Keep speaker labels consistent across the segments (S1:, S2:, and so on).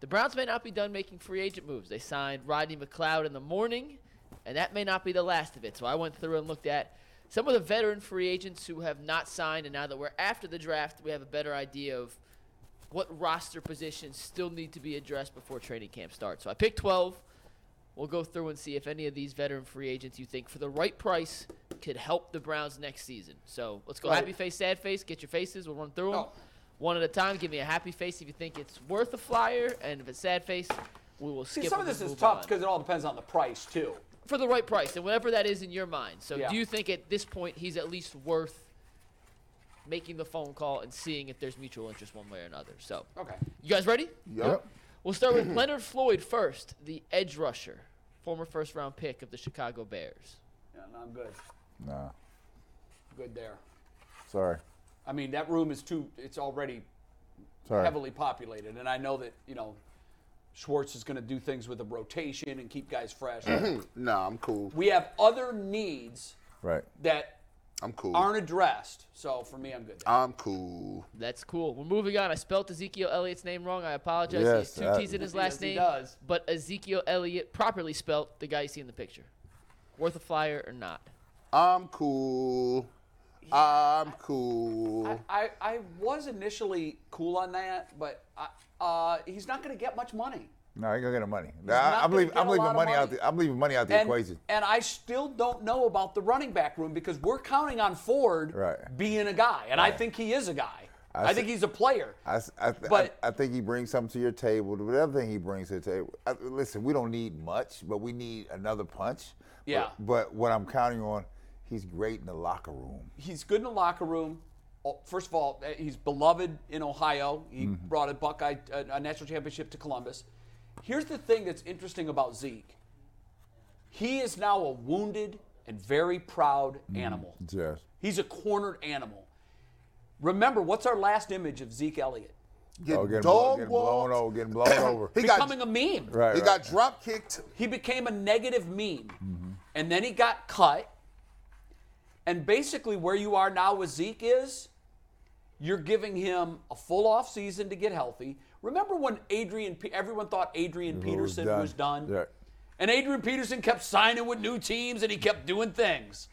S1: The Browns may not be done making free agent moves. They signed Rodney McLeod in the morning, and that may not be the last of it. So I went through and looked at some of the veteran free agents who have not signed, and now that we're after the draft, we have a better idea of what roster positions still need to be addressed before training camp starts. So I picked 12. We'll go through and see if any of these veteran free agents you think for the right price could help the Browns next season. So let's go
S2: Right.
S1: happy face, sad face. Get your faces. We'll run through them
S2: Oh.
S1: one at a time. Give me a happy face if you think it's worth a flyer, and if it's sad face, we will skip.
S2: See, some of
S1: them
S2: this
S1: and
S2: is
S1: move
S2: tough
S1: on.
S2: because it all depends on the price too.
S1: for the right price, and whatever that is in your mind. So,
S2: Yeah.
S1: do you think at this point he's at least worth making the phone call and seeing if there's mutual interest one way or another? So,
S2: Okay.
S1: you guys ready?
S3: Yep.
S1: We'll start with Leonard Floyd first, the edge rusher, former first round pick of the Chicago Bears.
S2: Yeah, no, I'm good.
S3: Nah.
S2: Good there.
S3: Sorry.
S2: I mean, that room is too. It's already
S3: Sorry.
S2: heavily populated, and I know that you know Schwartz is going to do things with the rotation and keep guys fresh.
S4: Nah, I'm cool.
S2: we have other needs
S3: Right.
S2: that
S4: I'm cool.
S2: aren't addressed, so for me, I'm good. There.
S4: I'm cool.
S1: That's cool. We're moving on. I spelt Ezekiel Elliott's name wrong. I apologize. He has
S3: Yes,
S1: two
S3: that-
S1: T's in his last
S2: Yes, he
S1: name.
S2: does.
S1: But Ezekiel Elliott, properly spelt, the guy you see in the picture. Worth a flyer or not?
S4: I'm cool. I'm cool.
S2: I, I was initially cool on that, but I, uh, he's not going to get much money.
S3: No, I gotta get the money.
S2: not
S3: Nah, I'm
S2: gonna
S3: leaving.
S2: get
S3: I'm
S2: a
S3: leaving
S2: lot
S3: money,
S2: of
S3: out.
S2: money.
S3: The, I'm leaving money out the
S2: And,
S3: equation.
S2: and I still don't know about the running back room because we're counting on Ford
S3: Right.
S2: being a guy, and I think he is a guy. I,
S3: I
S2: think
S3: see-
S2: he's a player.
S3: I, s- I th-
S2: But-
S3: I, I think he brings something to your table. But other thing he brings to the table, I, listen, we don't need much, but we need another punch. But-
S2: Yeah.
S3: But, what I'm counting on, he's great in the locker room.
S2: he's good in the locker room. Oh, First of all, eh, he's beloved in Ohio. He
S3: Mm-hmm.
S2: brought a Buckeye, a, a national championship to Columbus. Here's the thing that's interesting about Zeke. He is now a wounded and very proud
S3: Mm-hmm.
S2: animal.
S3: Yes.
S2: He's a cornered animal. Remember, what's our last image of Zeke Elliott?
S4: Getting
S3: Oh, getting, blown,
S4: dog
S3: getting
S4: walked.
S3: blown over. Getting blown over.
S4: He got
S2: Becoming a meme.
S3: right.
S4: he
S3: right.
S4: got drop kicked.
S2: He became a negative meme. And then he got cut. And basically, where you are now with Zeke is you're giving him a full off season to get healthy. Remember when Adrian, Pe- everyone thought Adrian
S3: It was
S2: Peterson
S3: done.
S2: was done?
S3: Yeah.
S2: And Adrian Peterson kept signing with new teams and he kept doing things.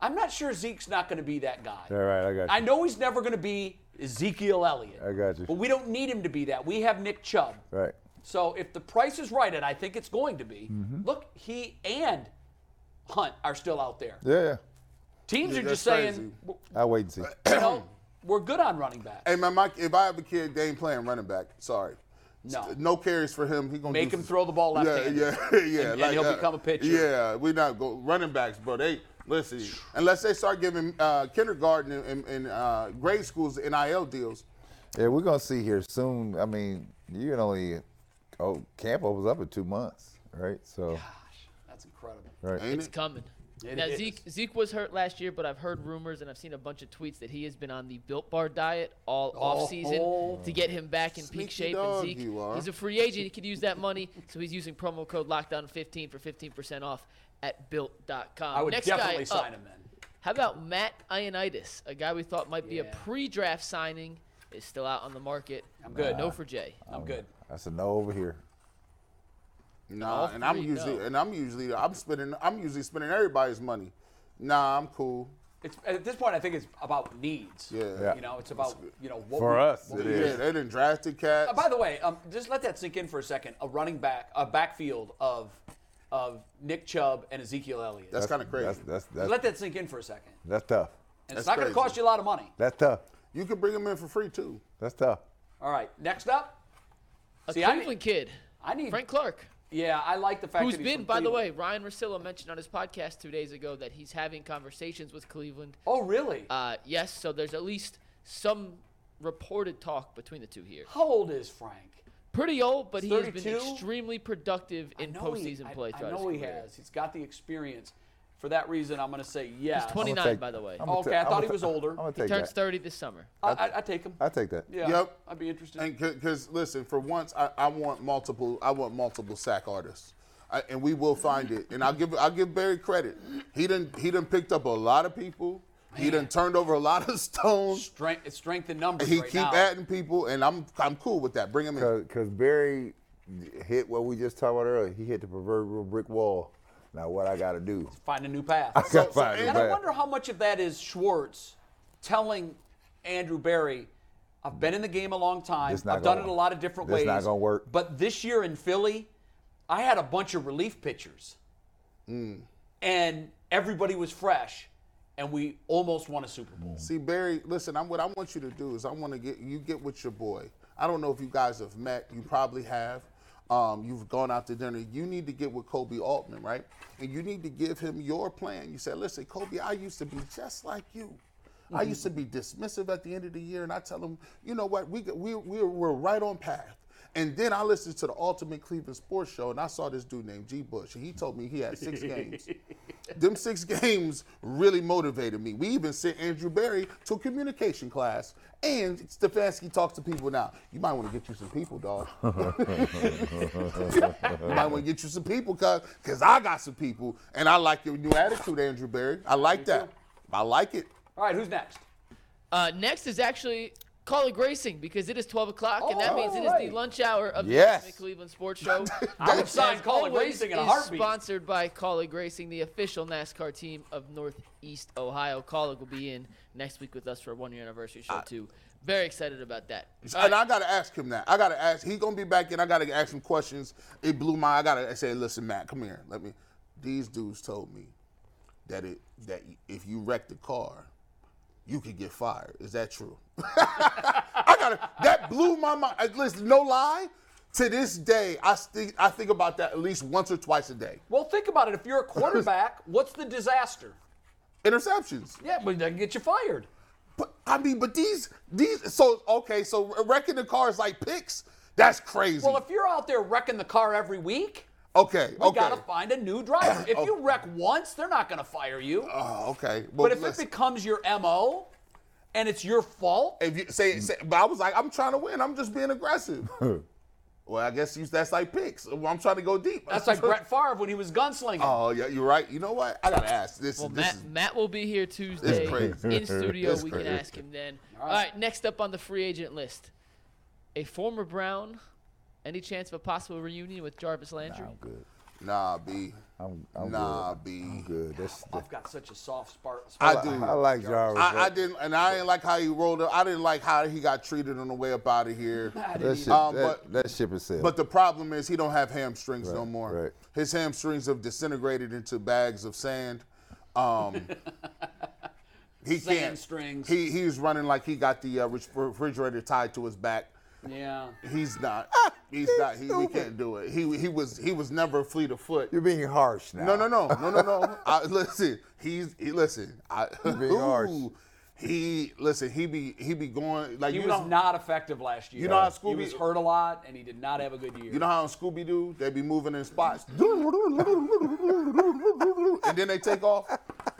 S2: I'm not sure Zeke's not going to be that guy.
S3: All right. I got. You.
S2: I know he's never going to be Ezekiel Elliott.
S3: I got you.
S2: But we don't need him to be that. We have Nick Chubb.
S3: Right.
S2: So if the price is right, and I think it's going to be, look, he and Hunt are still out there.
S3: Yeah. Yeah.
S2: Teams
S4: Yeah,
S2: are just
S4: that's
S2: saying,
S4: crazy.
S3: I wait and see.
S2: you know, we're good on running back.
S4: Hey man, my, if I have a kid, they ain't playing running back. Sorry.
S2: No.
S4: No carries for him. He gonna
S2: Make
S4: do
S2: him
S4: some-
S2: throw the ball
S4: Yeah,
S2: left-handed.
S4: yeah, yeah.
S2: And- and he'll become a pitcher.
S4: Yeah, we not go running backs, bro. They listen unless they start giving uh, kindergarten and, and, and uh, grade schools nil deals.
S3: Yeah, we're gonna see here soon. I mean, you can only. Oh, camp opens up in two months, right? So.
S2: That's incredible.
S3: Right.
S4: Ain't
S1: It's
S4: it?
S1: coming.
S2: It
S1: now
S2: is.
S1: Zeke Zeke was hurt last year, but I've heard rumors and I've seen a bunch of tweets that he has been on the Built Bar diet all off
S2: Oh.
S1: season to get him back in peak
S4: Sneaky
S1: shape.
S4: dog
S1: and Zeke,
S4: you are.
S1: he's a free agent. He could use that money, so he's using promo code Lockdown15 for 15% off at Built.com.
S2: I would
S1: Next guy
S2: definitely
S1: up,
S2: sign him then.
S1: How about Matt Ioannidis, a guy we thought might be
S2: Yeah.
S1: a pre-draft signing, is still out on the market.
S2: I'm good. Uh,
S1: No for Jay.
S2: I'm good.
S3: That's a no over here.
S4: Nah,
S1: All
S4: and I'm
S1: three,
S4: usually
S1: no.
S4: and I'm usually I'm spending I'm usually spending everybody's money. Nah, I'm cool.
S2: It's, at this point, I think it's about needs.
S4: Yeah.
S3: Yeah.
S2: You know, it's about, you know, what
S3: For
S2: we-
S3: us,
S2: what
S3: it
S2: we
S3: is.
S4: Yeah, they didn't draft the cat.
S2: Uh, by the way, um, just let that sink in for a second. A running back, a backfield of of Nick Chubb and Ezekiel Elliott.
S4: That's kind of crazy.
S3: That's that's that's,
S2: let that sink in for a second.
S3: that's tough.
S2: And it's
S4: That's
S2: not going to
S4: crazy.
S2: cost you a lot of money.
S3: That's tough.
S4: you can bring him in for free too.
S3: That's tough.
S2: All right, next up.
S1: A
S2: See, I
S1: Cleveland
S2: need,
S1: kid,
S2: I need.
S1: Frank Clark.
S2: yeah, I like the fact
S1: Who's
S2: that he's
S1: been,
S2: from
S1: by the way,
S2: Cleveland.
S1: Ryan Rossillo mentioned on his podcast two days ago that he's having conversations with Cleveland.
S2: Oh, really?
S1: Uh, yes, so there's at least some reported talk between the two here.
S2: How old is Frank?
S1: Pretty old, but he has been
S2: 32?
S1: extremely productive
S2: I
S1: in
S2: know he-
S1: postseason
S2: I-
S1: play
S2: I,
S1: throughout his
S2: know he
S1: career.
S2: has. He's got the experience. For that reason, I'm going to say yes.
S1: He's 20
S3: I'ma
S1: 29, by the way.
S3: I'ma
S2: Okay,
S3: ta-
S2: I
S3: I'ma
S2: thought he
S3: ta-
S2: was older.
S3: I'm gonna
S1: He
S3: take
S1: turns
S3: that.
S1: 30 this summer.
S2: I, I, I take him.
S3: I take that.
S2: yeah.
S4: Yep.
S2: I'd be interested.
S4: And because listen, for once, I, I want multiple. I want multiple sack artists, I, and we will find it. And I'll give I'll give Barry credit. He didn't he didn't picked up a lot of people. He done turned over a lot of stones.
S2: Strength, it's strength in numbers
S4: He
S2: right
S4: keep
S2: now.
S4: adding people, and I'm I'm cool with that. Bring him in.
S3: Because Barry hit what we just talked about earlier. He hit the proverbial brick wall. Now what I got to do?
S2: Find a new path.
S4: So- so
S3: Find a
S4: and
S2: And I
S3: path.
S2: wonder how much of that is Schwartz telling Andrew Barry, I've been in the game a long time.
S3: This not
S2: I've done
S3: gonna-
S2: it a lot of different
S3: this
S2: ways.
S3: not gonna work."
S2: But this year in Philly, I had a bunch of relief pitchers.
S3: Hmm.
S2: And everybody was fresh, and we almost won a Super Bowl.
S3: Hmm.
S4: See, Barry, listen, I'm, what I want you to do is I want to get you get with your boy. I don't know if you guys have met. You probably have. Um, you've gone out to dinner. You need to get with Kobe Altman, right? And you need to give him your plan. You said, listen, Kobe, I used to be just like you. I used to be dismissive at the end of the year, and I tell him, you know what, we, we, we're, we're right on path. And then I listened to the Ultimate Cleveland Sports Show, and I saw this dude named G. Bush, and he told me he had six games. Them six games really motivated me. We even sent Andrew Barry to a communication class, and Stefanski talks to people now. You might want to get you some people, dog. you might want to get you some people, cause, cause I got some people, and I like your new attitude, Andrew Barry. I like that. I like it.
S2: All right, who's next?
S1: Uh, next is actually call it racing because it is 12 o'clock, and that means it is the
S2: alright.
S1: lunch hour of
S3: Yes.
S1: the Ultimate Cleveland Sports Show.
S2: I would
S1: which,
S2: sign
S1: as
S2: Call It
S1: always,
S2: Racing in a
S1: is
S2: heartbeat.
S1: Sponsored by Call It Racing, the official NASCAR team of Northeast Ohio. Call It will be in next week with us for a one year anniversary show, too. Very excited about that. All
S4: And
S1: right,
S4: I gotta ask him that. I gotta ask. He gonna be back in. I gotta ask him questions. It blew my. I gotta say, listen, Matt, come here. Let me. These dudes told me that it that if you wreck the car, you could get fired. Is that true? I gotta. That blew my mind. Uh, Listen, no lie. To this day, I think I think about that at least once or twice a day.
S2: Well, think about it. If you're a quarterback, what's the disaster?
S4: Interceptions.
S2: Yeah, but that can get you fired.
S4: But I mean, but these these. So okay, so wrecking the car is like picks. That's crazy.
S2: Well, if you're out there wrecking the car every week,
S4: okay,
S2: we
S4: okay.
S2: got to find a new driver. If you wreck once, they're not going to fire you.
S4: Oh, okay. Well,
S2: But if it
S4: listen,
S2: becomes your MO and it's your fault,
S4: if you say, say, but I was like, I'm trying to win. I'm just being aggressive. well, I guess you, that's like picks. Well, I'm trying to go deep.
S2: that's like Brett Favre when he was gunslinging.
S4: Oh yeah, you're right. You know what? I gotta ask. This,
S1: well,
S4: this
S1: Matt,
S4: is
S1: Matt will be here Tuesday
S4: crazy.
S1: in studio.
S4: It's
S1: we
S4: crazy.
S1: can ask him then. All right, next up on the free agent list a former Brown. Any chance of a possible reunion with Jarvis Landry?
S3: I'm good.
S4: nah, B.
S3: I'm, I'm
S4: nah,
S3: good.
S4: B.
S3: I'm good. That's the,
S2: Oh, I've got such a soft spark.
S4: I
S2: spot.
S4: do.
S3: I like Jarvis.
S4: I, I didn't, and I didn't like how he rolled up. I didn't like how he got treated on the way up out of here.
S3: that ship,
S4: Um,
S3: that,
S4: but-
S3: that ship is sailed.
S4: But the problem is he don't have hamstrings no
S3: Right,
S4: more.
S3: right.
S4: His hamstrings have disintegrated into bags of sand. Um, he
S2: Sand
S4: can't.
S2: strings.
S4: He he's running like he got the uh, re- refrigerator tied to his back.
S2: Yeah.
S4: He's not.
S3: Ah,
S4: He's not. He, he can't do it. He he was he was never fleet of foot.
S3: You're being harsh now.
S4: No, no, no, no, no, no. I, listen, he's he, listen. I,
S3: being harsh.
S4: Ooh. he listen. He be he be going like
S2: He
S4: you
S2: was
S4: know,
S2: not effective last year.
S4: You know how
S2: He
S4: Scooby-
S2: was hurt a lot, and he did not have a good year.
S4: You know how on Scooby Doo they be moving in spots, and then they take off.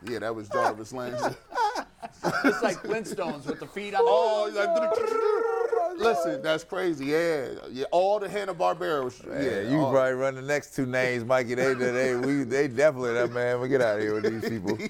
S4: Yeah, that was Jarvis Landry.
S2: it's like Flintstones with the feet on the
S4: Oh, he's like, listen, that's crazy. Yeah, yeah, all the Hanna Barbera.
S3: Yeah,
S4: Yeah,
S3: you
S4: all-
S3: probably run the next two names, Mikey. They, they, they, we, they definitely that man. We get out of here with these people.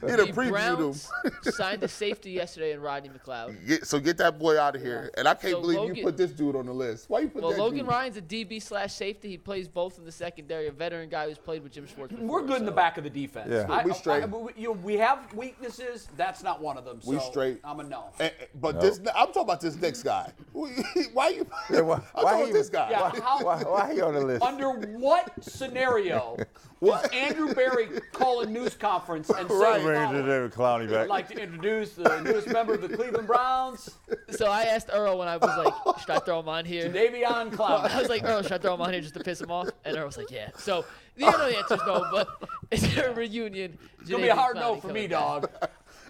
S4: He done
S1: The
S4: previewed him.
S1: Browns signed a safety yesterday in Rodney McLeod.
S4: Get- so get that boy out of here. And I can't
S1: So
S4: believe you
S1: Logan-
S4: put this dude on the list. Why you put
S1: Well,
S4: that
S1: Logan
S4: dude?
S1: Ryan's a DB slash safety. He plays both in the secondary. A veteran guy who's played with Jim Schwartz. Before,
S2: We're good in the
S1: so-
S2: back of the defense.
S3: Yeah.
S2: I-
S4: We straight.
S2: I- we- you know, we have weaknesses. That's not one of them.
S4: We
S2: so
S4: straight.
S2: I'm a no.
S4: Eh, eh, but this, I'm talking about this next guy. why you?
S3: Yeah, why-
S4: I'm
S3: why
S4: talking
S3: he-
S4: about this guy.
S2: Yeah, how-
S3: Why, why he on the list?
S2: Under what scenario does Andrew Barry call a news conference and say,
S4: Right.
S3: Bring
S2: "Follow-
S3: David Clowney back.
S2: I'd like to introduce the newest member of the Cleveland Browns,
S1: So I asked Earl when I was like, should I throw him on here?
S2: Davion
S1: I
S2: Clowney.
S1: was like, Earl, should I throw him on here just to piss him off? And Earl was like, yeah. So the end of the answer is no, but is there a reunion? It's
S2: Gonna be a hard no for me, dog.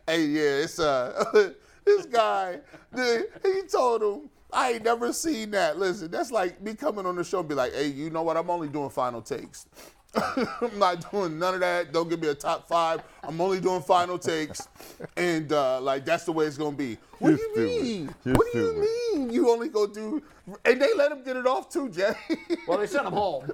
S4: Hey, yeah, it's uh, this guy. the- he told him, I ain't never seen that. Listen, that's like me coming on the show and be like, hey, you know what? I'm only doing final takes. I'm not doing none of that. Don't give me a top five. I'm only doing final takes, and uh, like that's the way it's gonna be. What do
S3: You're
S4: you
S3: stupid.
S4: mean?
S3: You're
S4: what do
S3: stupid.
S4: you mean? You only go do? And they let him get it off too, Jay.
S2: Well, they sent him home.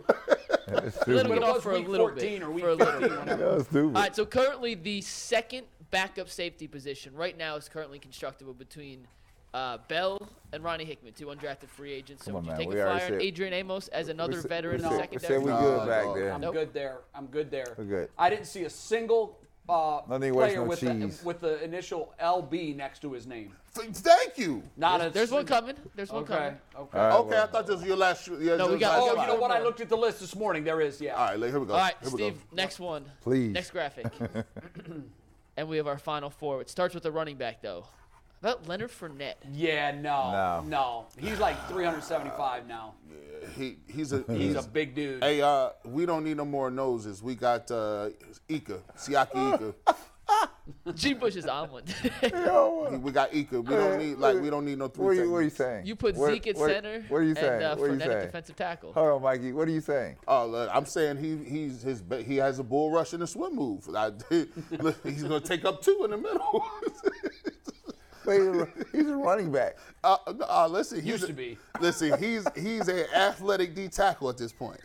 S1: Let him
S2: But
S1: get
S2: it
S1: off
S2: was
S1: for a
S2: week
S1: little
S2: 14
S1: bit.
S2: or week
S1: for a little
S2: 15,
S1: bit.
S2: whatever.
S3: That's stupid.
S1: All right, so currently the second backup safety position right now is currently constructible between uh, Bell and Ronnie Hickman, two undrafted free agents. So
S3: Come on,
S1: would you
S3: man,
S1: take
S3: we
S1: a
S3: already
S1: flyer on
S3: said-
S1: Adrian Amos as another
S3: said-
S1: veteran
S3: we
S1: in the
S3: said- we
S1: secondary?
S3: said we
S4: No,
S3: good back
S4: no,
S3: there.
S2: I'm
S1: Nope.
S2: good there. I'm good there.
S3: We're good.
S2: I didn't see a single uh,
S3: No need to waste
S2: player
S3: no
S2: with the,
S3: cheese.
S2: with the initial LB next to his name.
S4: Th- Thank you.
S2: Not a.
S1: There's one coming. There's one
S2: Okay.
S1: coming.
S2: Okay.
S3: All right,
S4: Okay, I thought this was your last. Yeah,
S1: No, we
S4: this
S1: got-
S4: was
S2: Oh,
S4: last
S2: you know
S4: slide.
S2: what? I looked at the list this morning. There is, yeah.
S4: All right, here we go.
S1: All right,
S4: here
S1: Steve,
S4: We go.
S1: next one.
S3: Please.
S1: Next graphic. and we have our final four. It starts with the running back, though. About Leonard Fournette.
S2: Yeah, no,
S3: No.
S2: no. He's like 375 now.
S4: He, he's a
S2: He's a big dude.
S4: Hey, uh, we don't need no more noses. We got uh, Ika, Siaki
S1: G. Bush is on one.
S4: Ika. we got Ika. We don't need like we don't need no
S3: What are
S4: three.
S3: you, what are you
S4: techniques.
S3: saying?
S1: you put
S3: What-
S1: Zeke at
S3: what-
S1: center
S3: What are you saying?
S1: and uh,
S3: what are you
S1: Fournette at
S3: saying?
S1: defensive tackle.
S3: Hold on, Mikey. What are you saying?
S4: Oh, look, I'm saying he he's his ba- he has a bull rush and a swim move. I, look, he's gonna take up two in the middle.
S3: Wait, he's a- he's a running back.
S4: uh, uh, listen, he's
S2: Used
S4: a-
S2: to be.
S4: Listen, he's he's an athletic D tackle at this point.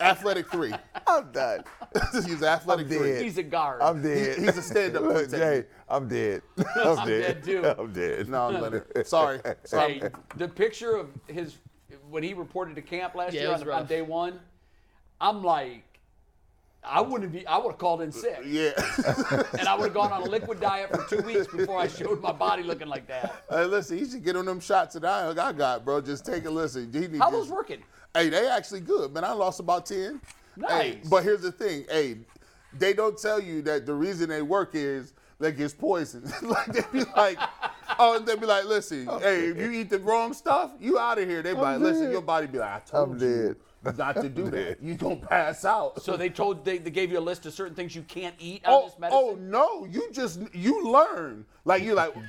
S4: athletic three.
S3: I'm done.
S4: he's athletic
S3: I'm
S4: three.
S3: dead.
S2: He's a guard.
S3: I'm
S4: He-
S3: dead.
S4: he's a stand-up
S3: Look, Jay,
S4: contender.
S3: I'm dead. I'm
S2: dead,
S3: dead.
S2: too.
S3: I'm dead.
S4: No, Leonard. Sorry. Sorry.
S2: Hey, the picture of his when he reported to camp last
S1: Yeah, it
S2: year
S1: was
S2: on, on
S1: rough.
S2: day one, I'm like, I wouldn't be. I would have called in sick,
S4: Yeah.
S2: and I would have gone on a liquid diet for two weeks before I showed my body looking like that.
S4: Hey, listen, he should get on them shots that I, I got, bro. Just take a listen. He need
S2: How
S4: to-
S2: those working?
S4: Hey, they actually good, man. I lost about 10. Hey,
S2: Nice.
S4: but here's the thing. Hey, they don't tell you that the reason they work is like it's poison. like they be like, oh, they be like, listen, hey, if you eat the wrong stuff, you out of here. They be like, listen,
S3: dead.
S4: your body be like, I told
S3: I'm
S4: you
S3: dead.
S4: not to do that. You gonna pass out.
S2: So they told they, they gave you a list of certain things you can't eat on
S4: oh,
S2: this
S4: oh
S2: medicine.
S4: no, you just you learn. Like you like
S1: oh.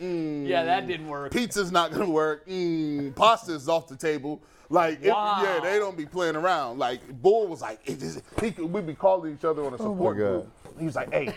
S2: yeah, that didn't work.
S4: pizza's not gonna work. Mm, pasta's off the table. Like, it-
S2: Wow.
S4: yeah, they don't be playing around. Like, Bull was like, it is, he, could- we be calling each other on a support
S3: God.
S4: group. He was like, hey,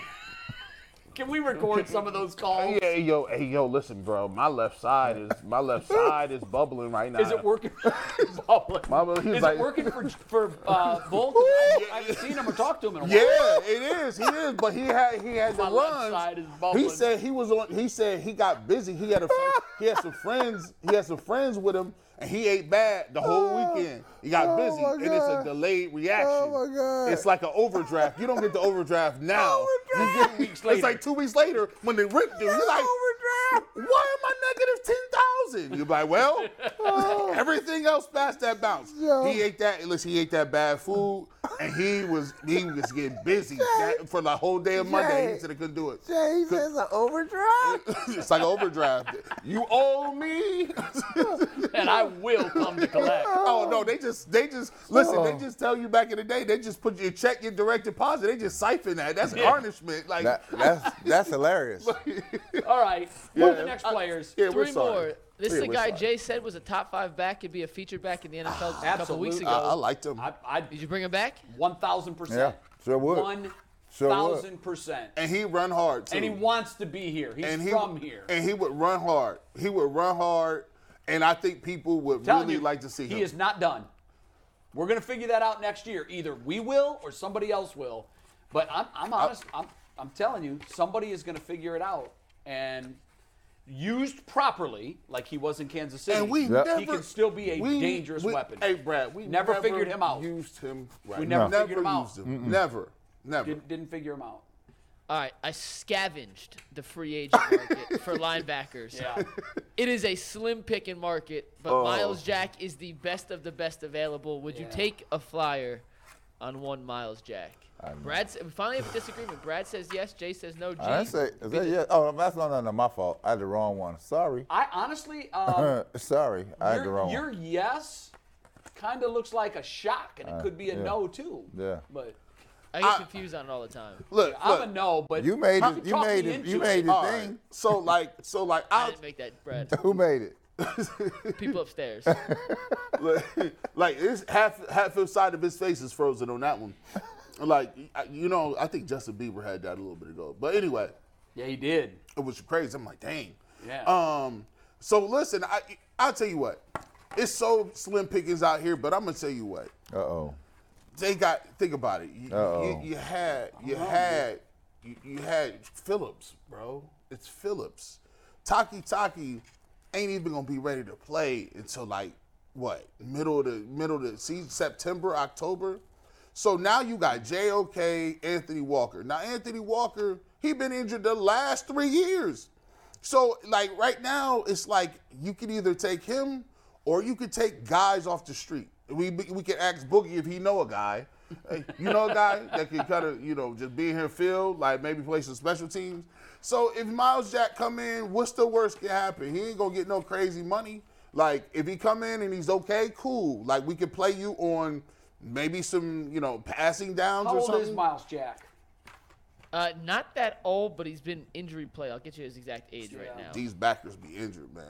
S2: Can we record some of those calls?
S4: hey, hey, yo, hey, yo, listen, bro, my left side is my left side is bubbling right now.
S2: Is it working? Bubba.
S4: Mama, he was
S2: Is
S4: like-
S2: it working for for uh, Volk? I, I haven't seen him or talked to him in a while.
S4: Yeah, it is. He is, but he had he had
S2: My
S4: the
S2: left
S4: runs.
S2: side is
S4: he
S2: bubbling.
S4: said he was on. He said he got busy. He had a fr- he had some friends. He had some friends with him, and he ate bad the whole
S3: Oh,
S4: weekend. He got
S3: oh
S4: busy,
S3: my
S4: and it's a
S3: God.
S4: delayed reaction.
S3: Oh, my God.
S4: It's like an overdraft. You don't get the overdraft now. You
S3: Overdraft.
S4: get-
S2: Two weeks
S4: It's
S2: later.
S4: like two weeks later when they ripped you. You're like, why am I negative ten thousand? You're like, well,
S3: Oh.
S4: everything else past that bounce.
S3: Yo.
S4: He ate that. Listen, he ate that bad food, and he was he was getting busy that, for the whole day of Monday. He
S3: Jay.
S4: said he couldn't do it.
S3: Jay says an overdraft.
S4: it's like overdraft. You owe me.
S2: And I will come to collect.
S4: oh no, they just they just listen. They
S3: Oh.
S4: just tell you back in the day. They just put your check, your direct deposit. They just siphon that. That's garnishment. Like
S3: That, that's that's hilarious.
S2: All right. What are the next players?
S4: yeah, we're
S1: Three
S4: sorry.
S1: more. This
S4: Yeah,
S1: is a
S4: we're
S1: guy
S4: sorry.
S1: Jay said was a top five back, could be a featured back in the NFL just a couple weeks
S2: Absolute-
S1: ago.
S4: I, I liked him,
S2: I, I,
S1: Did you bring him back?
S2: 1,000%.
S3: Yeah, sure would.
S2: 1,000%.
S4: and he run hard too.
S2: And he wants to be here. He's
S4: and he
S2: from here.
S4: and he would run hard. He would run hard, and I think people would
S2: Telling
S4: really
S2: you,
S4: like to see
S2: he
S4: him.
S2: is not done. We're going to figure that out next year. Either we will or somebody else will. But I'm,
S4: Uh,
S2: I'm honest. I'm, I'm telling you, somebody is going to figure it out. And used properly, like he was in Kansas City,
S4: and we
S3: Yep.
S4: never,
S2: he can still be a
S4: we-
S2: dangerous
S4: we-
S2: weapon.
S4: Hey, Brad, we
S2: Never figured him out.
S4: Used him. Right.
S2: We never No. figured him out.
S4: used him. Never, never.
S2: Didn't, didn't figure him out.
S1: All right, I scavenged the free agent market for linebackers.
S2: Yeah.
S1: It is a slim pick and market, but
S4: Oh.
S1: Miles Jack is the best of the best available. Would you
S2: Yeah.
S1: take a flyer on one Miles Jack? Brad, s- we finally have a disagreement. Brad says yes, Jay says no. G,
S3: I say, is that yeah? Oh, that's no, no, no, my fault. I had the wrong one. Sorry,
S2: I honestly, um,
S3: sorry, I had the
S2: your,
S3: wrong
S2: your
S3: one.
S2: yes kind of looks like a shock, and it
S4: Uh,
S2: could be a
S3: yeah.
S2: no too.
S3: Yeah.
S2: But
S1: I get confused on it all the time.
S4: Look,
S2: I'm
S4: look.
S2: a no. But
S3: You made
S2: how-
S3: it. You
S2: talk
S3: made
S2: me
S3: it.
S2: into
S3: You made
S4: All
S3: the
S4: right.
S3: thing.
S4: So like, so like,
S1: I
S4: I
S1: didn't make that, Brad.
S3: Who made it?
S1: People upstairs.
S4: like, like it's half half his side of his face is frozen on that one. Like, I- you know, I think Justin Bieber had that a little bit ago. But anyway,
S2: Yeah, he did.
S4: it was crazy. I'm like, dang.
S2: Yeah.
S4: Um. So listen, I I'll tell you what. It's so slim pickings out here, but I'm gonna tell you what.
S3: Uh oh.
S4: They got think about it. You,
S3: Uh-oh.
S4: you, you had you had You, you had Phillips, bro. It's Phillips. Taki Taki ain't even gonna be ready to play until like what middle of the middle of the season, September, October. So now you got JOK, Anthony Walker. Now Anthony Walker, he been injured the last three years. So like right now, it's like you can either take him or you could take guys off the street. We we could ask Boogie if he know a guy. Hey, you know a guy that can kind of you know just be in here field, like maybe play some special teams. So if Miles Jack come in, what's the worst can happen? He ain't gonna get no crazy money. Like if he come in and he's okay, cool. Like we could play you on maybe some you know passing downs
S2: How
S4: or
S2: old
S4: something.
S2: is Miles Jack?
S1: Uh, not that old, but he's been injury play. I'll get you his exact age right
S2: Yeah.
S1: now.
S4: These backers be injured, man.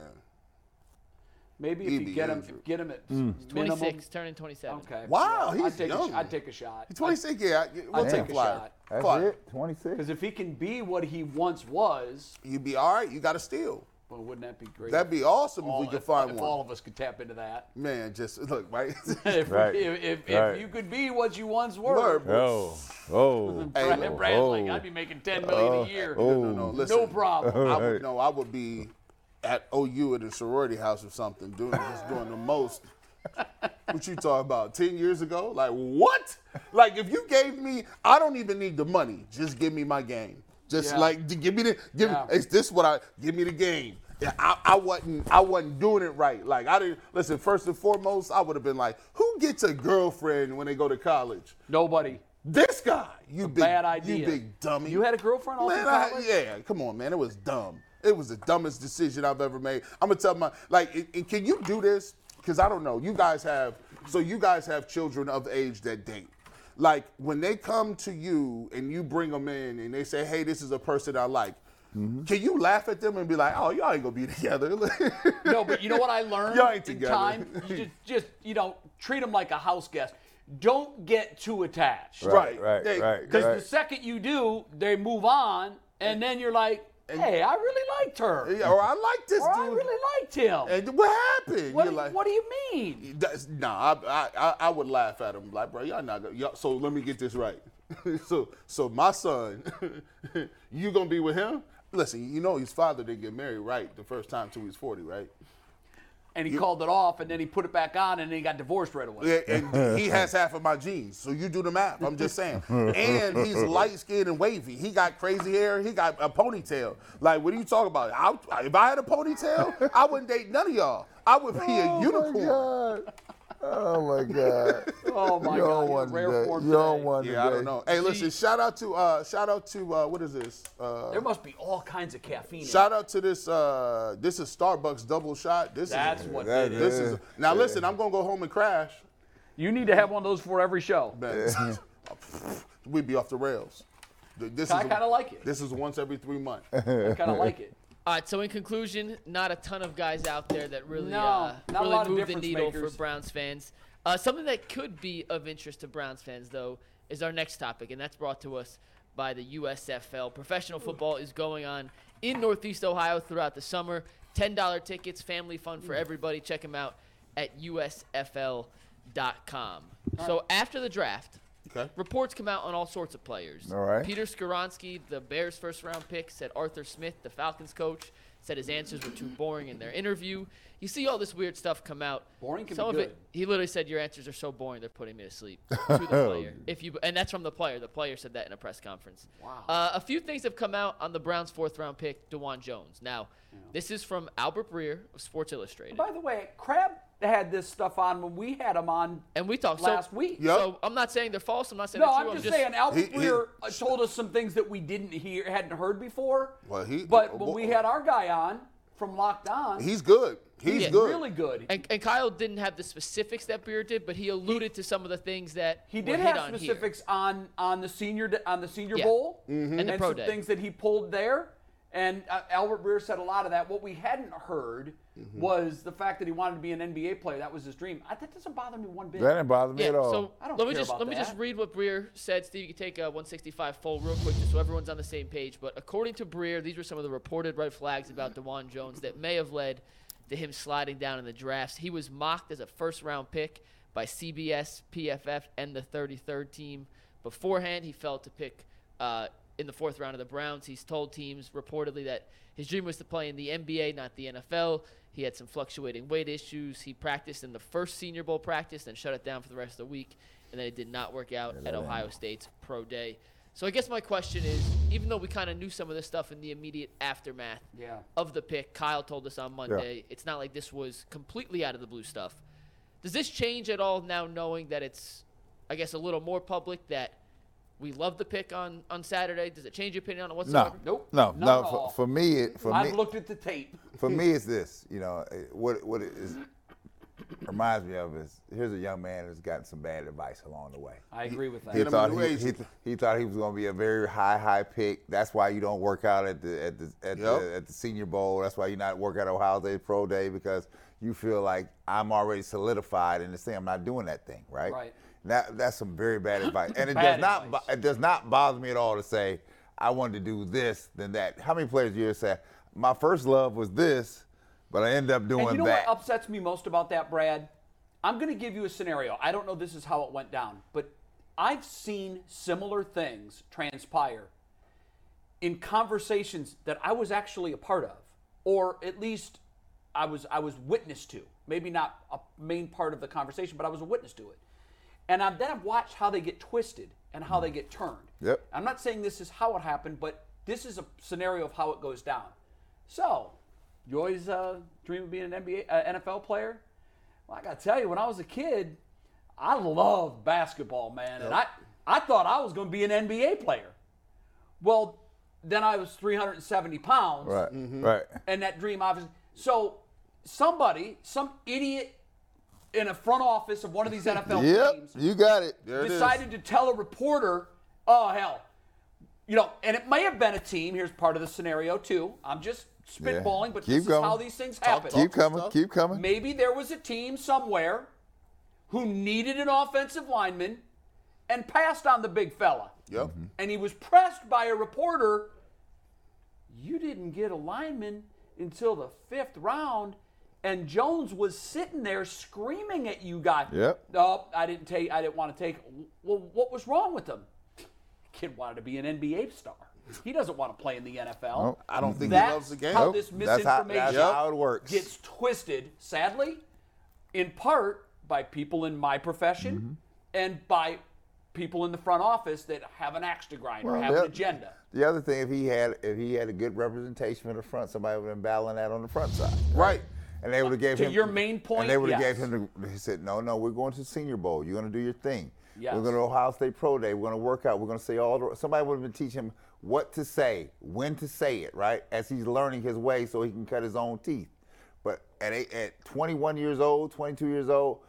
S2: Maybe
S4: He'd
S2: if
S4: be
S2: you get him,
S4: injured.
S2: get him
S3: Hmm.
S2: at minimum.
S1: 26, turning 27.
S2: Okay.
S4: Wow,
S2: Yeah,
S4: he's
S2: I'd take
S4: young.
S2: A, I'd take a shot.
S4: He's 26. Yeah, I- we'll
S2: I'd
S4: take
S2: take a
S4: flyer.
S2: shot.
S3: That's
S4: Flyer.
S3: it. Twenty six.
S2: Because if he can be what he once was,
S4: You be all right. You got to steal.
S2: well, wouldn't that be great?
S4: That'd be awesome
S2: All-
S4: if we could
S2: if-
S4: find
S2: if
S4: one.
S2: all of us could tap into that.
S4: Man, just look right.
S2: if, we-
S3: Right.
S2: if, if,
S3: Right.
S2: if you could be what you once were,
S4: Word,
S2: Brad,
S4: bro.
S3: Oh, oh,
S4: look.
S2: Brad's like,
S3: oh.
S2: I'd be making 10 million a year.
S3: oh.
S4: no, no, listen.
S2: No problem.
S4: I would know. I would be at OU at a sorority house or something, doing just doing the most. What you talking about? Ten years ago? Like what? Like if you gave me, I don't even need the money. Just give me my game. Just
S2: Yeah.
S4: like d- give me the give.
S2: Yeah.
S4: Me, is this what I give me the game? Yeah, I, I wasn't I wasn't doing it right. Like I didn't listen. First and foremost, I would have been like, who gets a girlfriend when they go to college?
S2: Nobody.
S4: This guy, you big,
S2: bad idea.
S4: you big dummy.
S2: You had a girlfriend all
S4: man,
S2: through
S4: I-
S2: college?
S4: yeah, come on, man, it was dumb. It was the dumbest decision I've ever made. I'm gonna tell my like, it- it- can you do this? Because I don't know. You guys have so you guys have children of age that date. Like when they come to you and you bring them in and they say, "Hey, this is a person I like," can you laugh at them and be like, "Oh, y'all ain't gonna be together"?
S2: No, but you know what I learned
S4: Y'all ain't
S2: in
S4: together.
S2: time? You just, just, you know, treat them like a house guest. Don't get too attached.
S4: Right,
S3: right,
S4: they-
S3: right,
S2: Because
S3: right.
S2: the second you do, they move on, and then you're like, hey, I really liked her.
S4: Yeah, or I like this
S2: Or I
S4: dude.
S2: really liked him.
S4: and what happened?
S2: what,
S4: You're
S2: do,
S4: like-
S2: what do you mean?
S4: That's, nah, I, I I I would laugh at him like, bro, y'all not gonna. Y'all, so let me get this right. so so my son, you gonna be with him? Listen, you know his father didn't get married right the first time till he was forty, right?
S2: And he called it off, and then he put it back on, and then he got divorced right away.
S4: Yeah, and he has half of my genes, so you do the math. I'm just saying. And he's light skinned and wavy. He got crazy hair. He got a ponytail. Like, what are you talking about? I, if I had a ponytail, I wouldn't date none of y'all. I would be a unicorn.
S3: Oh my god. Oh
S2: Oh my
S3: my god. You're
S2: God,
S3: on
S2: you're
S3: one
S2: rare
S3: today.
S2: form
S3: You're on
S2: today.
S3: one
S4: Yeah,
S3: today.
S4: I don't know. Hey, listen, shout out to uh, shout out to uh, what is this? Uh,
S2: There must be all kinds of caffeine. in
S4: Shout out to this. Uh, this is Starbucks double shot. This
S2: That's
S4: is
S2: what
S3: that
S2: it
S4: This
S2: is.
S4: is now. Listen, I'm gonna go home and crash.
S2: You need to have one of those for every show.
S4: Man, We'd be off the rails. Th- This
S2: I
S4: is-
S2: kinda like it.
S4: This is once every three months.
S2: I kind of like it.
S1: All right, so in conclusion, not a ton of guys out there that really,
S2: No,
S1: uh,
S2: not a
S1: really
S2: lot of
S1: move the
S2: difference
S1: needle
S2: makers.
S1: for Browns fans. Uh, something that could be of interest to Browns fans, though, is our next topic, and that's brought to us by the USFL. Professional football is going on in Northeast Ohio throughout the summer. $10 tickets, family fun for everybody. Check them out at USFL.com. So after the draft,
S4: Okay.
S1: reports come out on all sorts of players.
S3: All right.
S1: Peter Skoronsky, the Bears' first round pick, said Arthur Smith, the Falcons coach, said his answers were too boring in their interview. You see all this weird stuff come out.
S2: Boring can
S1: Some
S2: be
S1: of
S2: good.
S1: it, he literally said, "Your answers are so boring; they're putting me to sleep." To the player, if you, and that's from the player. The player said that in a press conference.
S2: Wow.
S1: Uh, a few things have come out on the Browns' fourth round pick, Dewan Jones. Now, this is from Albert Breer of Sports Illustrated,
S2: By the way, Crab had this stuff on when we had him on.
S1: and we talked so-
S2: last week.
S4: Yep.
S1: So I'm not saying they're false. I'm not saying
S2: No,
S1: they're
S2: I'm
S1: true.
S2: just, saying Albert
S4: He- he-
S2: Breer uh, told us some things that we didn't hear, hadn't heard before.
S4: Well, he-
S2: But when we
S4: well-
S2: had our guy on from Locked On,
S4: He's good. He's
S1: Yeah.
S4: good.
S2: really good.
S1: And, and Kyle didn't have the specifics that Beer did, but he alluded to some of the things that
S2: He
S1: were
S2: did
S1: hit
S2: have
S1: on here.
S2: specifics on on the senior on the Senior
S1: Yeah.
S2: Bowl
S1: And the Pro
S2: some
S1: Day.
S2: things that he pulled there. And uh, Albert Breer said a lot of that. What we hadn't heard was the fact that he wanted to be an NBA player. That was his dream. I, that doesn't bother me one bit.
S3: That didn't bother me
S1: Yeah,
S3: at all.
S1: so
S2: I don't
S1: let me
S2: care
S1: just
S2: about
S1: let me just
S2: that.
S1: read what Breer said. Steve, you can take a 165 full real quick, just so everyone's on the same page. But according to Breer, these were some of the reported red flags about Dewan Jones that may have led to him sliding down in the drafts. He was mocked as a first-round pick by CBS, PFF, and the 33rd team. Beforehand, he fell to pick uh, in the fourth round of the Browns. He's told teams reportedly that his dream was to play in the NBA, not the NFL. He had some fluctuating weight issues. He practiced in the first Senior Bowl practice, then shut it down for the rest of the week, and then it did not work out at Ohio State's pro day. So I guess my question is, even though we kind of knew some of this stuff in the immediate aftermath
S2: Yeah.
S1: of the pick, Kyle told us on Monday, it's not like this was completely out of the blue stuff. Does this change at all now knowing that it's, I guess, a little more public that we love the pick on, on Saturday? Does it change your opinion on it whatsoever?
S3: No,
S2: Nope,
S3: no,
S2: not
S3: no.
S2: at all.
S3: For, for me, it, for
S2: I've
S3: me,
S2: looked at the tape.
S3: for me, it's this. You know, it- what what it is, reminds me of is here's a young man who's gotten some bad advice along the way.
S2: I agree with
S3: He
S4: Hit
S2: that.
S4: him
S3: thought
S4: in the
S3: he,
S4: waist.
S3: he, he thought he was going to be a very high high pick. That's why you don't work out at the at the at,
S4: Yep.
S3: the, at the Senior Bowl. That's why you not work out at Ohio State Pro Day because you feel like I'm already solidified in this thing. I'm not doing that thing, right?
S2: Right.
S3: That that's some very bad advice, and it
S2: Bad
S3: does not
S2: advice.
S3: bo- it does not bother me at all to say I wanted to do this than that. How many players do you say my first love was this, but I ended up doing
S2: And you know
S3: that?
S2: what upsets me most about that, Brad? I'm going to give you a scenario. I don't know this is how it went down, but I've seen similar things transpire in conversations that I was actually a part of, or at least I was I was witness to. Maybe not a main part of the conversation, but I was a witness to it. And I've, then I've watched how they get twisted and how they get turned.
S3: Yep.
S2: I'm not saying this is how it happened, but this is a scenario of how it goes down. So, you always uh, dream of being an NBA, uh, NFL player? Well, I got to tell you, when I was a kid, I loved basketball, man. And I, I thought I was going to be an NBA player. Well, then I was 370 pounds.
S3: right, right.
S2: And that dream obviously. So somebody, some idiot in a front office of one of these NFL
S3: Yep,
S2: teams
S3: you got it. There it is.
S2: decided to tell a reporter, oh, hell. You know, and it may have been a team. Here's part of the scenario, too. I'm just spitballing, but
S3: Keep
S2: this
S3: going.
S2: is how these things happen.
S3: Keep coming, keep coming.
S2: Maybe there was a team somewhere who needed an offensive lineman and passed on the big fella.
S4: Yep.
S2: And he was pressed by a reporter. You didn't get a lineman until the fifth round, and Jones was sitting there screaming at you guys.
S3: Yep.
S2: No, I didn't take. I didn't want to take. Well, what was wrong with him? Kid wanted to be an NBA star. He doesn't want to play in the NFL.
S3: Nope.
S4: I don't think
S2: That's
S4: he loves the game.
S2: how
S3: Nope.
S2: this
S3: That's how- that's
S2: misinformation
S3: how it works.
S2: gets twisted, sadly, in part by people in my profession and by people in the front office that have an axe to grind or
S3: Well,
S2: have an
S3: that-
S2: agenda.
S3: The other thing, if he had if he had a good representation in the front, somebody would have been battling that on the front side,
S4: Right.
S3: And they would have gave
S2: Uh, To
S3: him
S2: your main point,
S3: And they would have
S2: yes.
S3: gave him. The, he said, "No, no, we're going to Senior Bowl. You're going to do your thing.
S2: Yes.
S3: We're going to Ohio State Pro Day. We're going to work out. We're going to say all the." Somebody would have been teaching him what to say, when to say it, right? As he's learning his way, so he can cut his own teeth. But at eight, at 21 years old, 22 years old.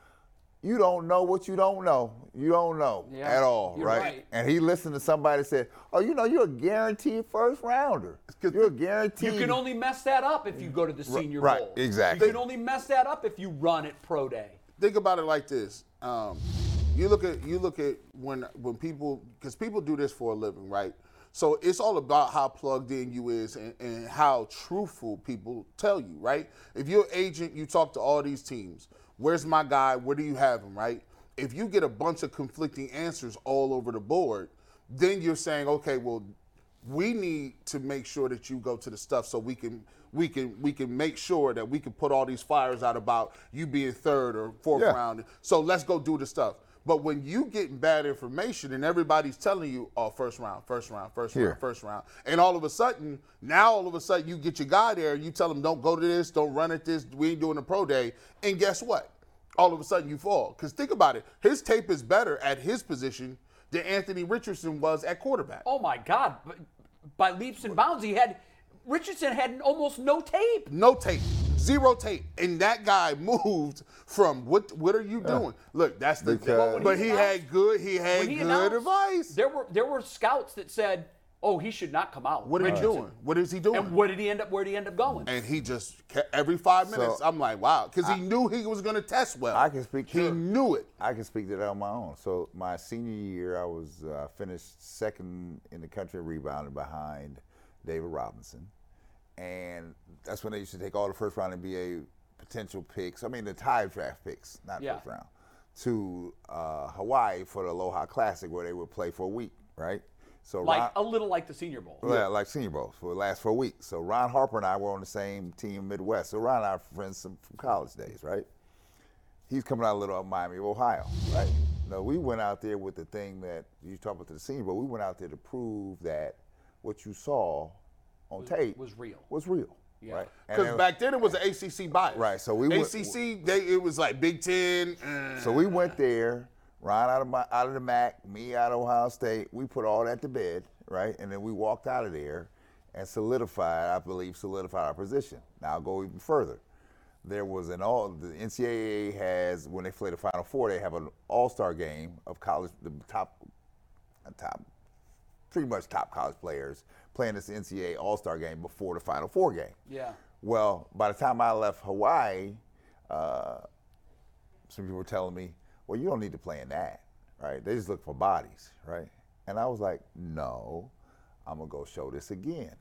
S3: You don't know what you don't know. You don't know
S2: Yeah,
S3: at all,
S2: you're
S3: right?
S2: right.
S3: And he listened to somebody said, "Oh, you know, you're a guaranteed first rounder. You're a guaranteed."
S2: You can only mess that up if you go to the senior
S3: Mm. right,
S2: bowl.
S3: exactly.
S2: You can only mess that up if you run at pro day.
S4: think about it like this. Um, you look at you look at when when people because people do this for a living, right? So it's all about how plugged in you is and, and how truthful people tell you, right? If you're an agent, you talk to all these teams. Where's my guy? Where do you have him, right? If you get a bunch of conflicting answers all over the board, then you're saying, okay, well, we need to make sure that you go to the stuff so we can we can we can make sure that we can put all these fires out about you being third or fourth
S3: Yeah.
S4: round. So let's go do the stuff. But when you get bad information and everybody's telling you, oh, first round, first round, first
S3: Here.
S4: round, first round, and all of a sudden, now all of a sudden you get your guy there, you tell him, don't go to this, don't run at this, we ain't doing a pro day, and guess what? All of a sudden you fall. Because think about it, his tape is better at his position than Anthony Richardson was at quarterback.
S2: Oh my God! b- By leaps and bounds, he had Richardson had almost no tape.
S4: no tape, zero tape, and that guy moved from what? What are you doing? Look, that's the
S3: Because- Well,
S4: but
S2: when
S4: he
S2: he
S4: had
S2: announced-
S4: good, he had
S2: When he
S4: good
S2: announced,
S4: advice.
S2: There were there were scouts that said, "Oh, he should not come out."
S4: what are you
S2: Richardson.
S4: doing? What is he doing?
S2: And
S4: And,
S2: what did he end up? Where did he end up going?
S4: he just kept, every five
S3: So,
S4: minutes, I'm like, wow, because he knew he was going to test well.
S3: I can speak
S4: He
S3: to it.
S4: knew it.
S3: I can speak to that on my own. So my senior year, I was uh, finished second in the country in rebounding behind David Robinson, and that's when they used to take all the first round NBA potential picks. I mean, the tie draft picks, not
S2: Yeah.
S3: first round, to uh, Hawaii for the Aloha Classic, where they would play for a week, right? So
S2: like a
S3: Ron,
S2: little like the Senior Bowl.
S3: yeah, like Senior Bowl for the last four weeks. So Ron Harper and I were on the same team Midwest. So Ron and I are friends some, from college days, right? He's coming out a little of Miami of Ohio, right? No, we went out there with the thing that you talk about the Senior Bowl. We went out there to prove that what you saw on tape
S2: was real.
S3: Was real, right? And
S4: Because
S3: it-
S4: back then it was an ACC bias.
S3: Right, so we went-
S4: ACC, they, it was like Big Ten. mm.
S3: So we went there, Ron out of my out of the MAC, me out of Ohio State. We put all that to bed, right? And then we walked out of there and solidified, I believe, solidified our position. Now I'll go even further. There was an all the NCAA has when they play the Final Four, they have an All Star game of college, the top, uh, top, pretty much top college players playing this NCAA All Star game before the Final Four game.
S2: Yeah.
S3: Well, by the time I left Hawaii, uh, some people were telling me, well, you don't need to play in that, right? They just look for bodies, right? And I was like, no, I'm going to go show this again.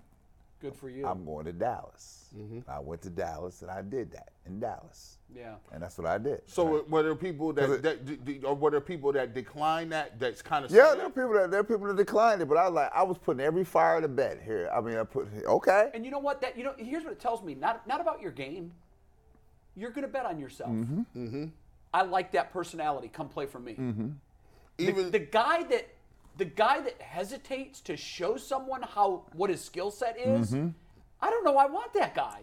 S2: Good for you.
S3: I'm going to Dallas. I went to Dallas and I did that in Dallas.
S2: yeah.
S3: And that's what I did.
S4: So were there people that, that d- d- or were there people that declined that? That's kind of
S3: yeah, there are people that there are people that declined it, but I like I was putting every fire to bed here. I mean, I put okay.
S2: And you know what? That you know, here's what it tells me. Not not about your game. You're gonna bet on yourself. Mm-hmm. I like that personality. Come play for me.
S3: Mm-hmm.
S4: even
S2: The guy that the guy that hesitates to show someone how what his skill set is.
S3: Mm-hmm.
S2: I don't know. I want that guy.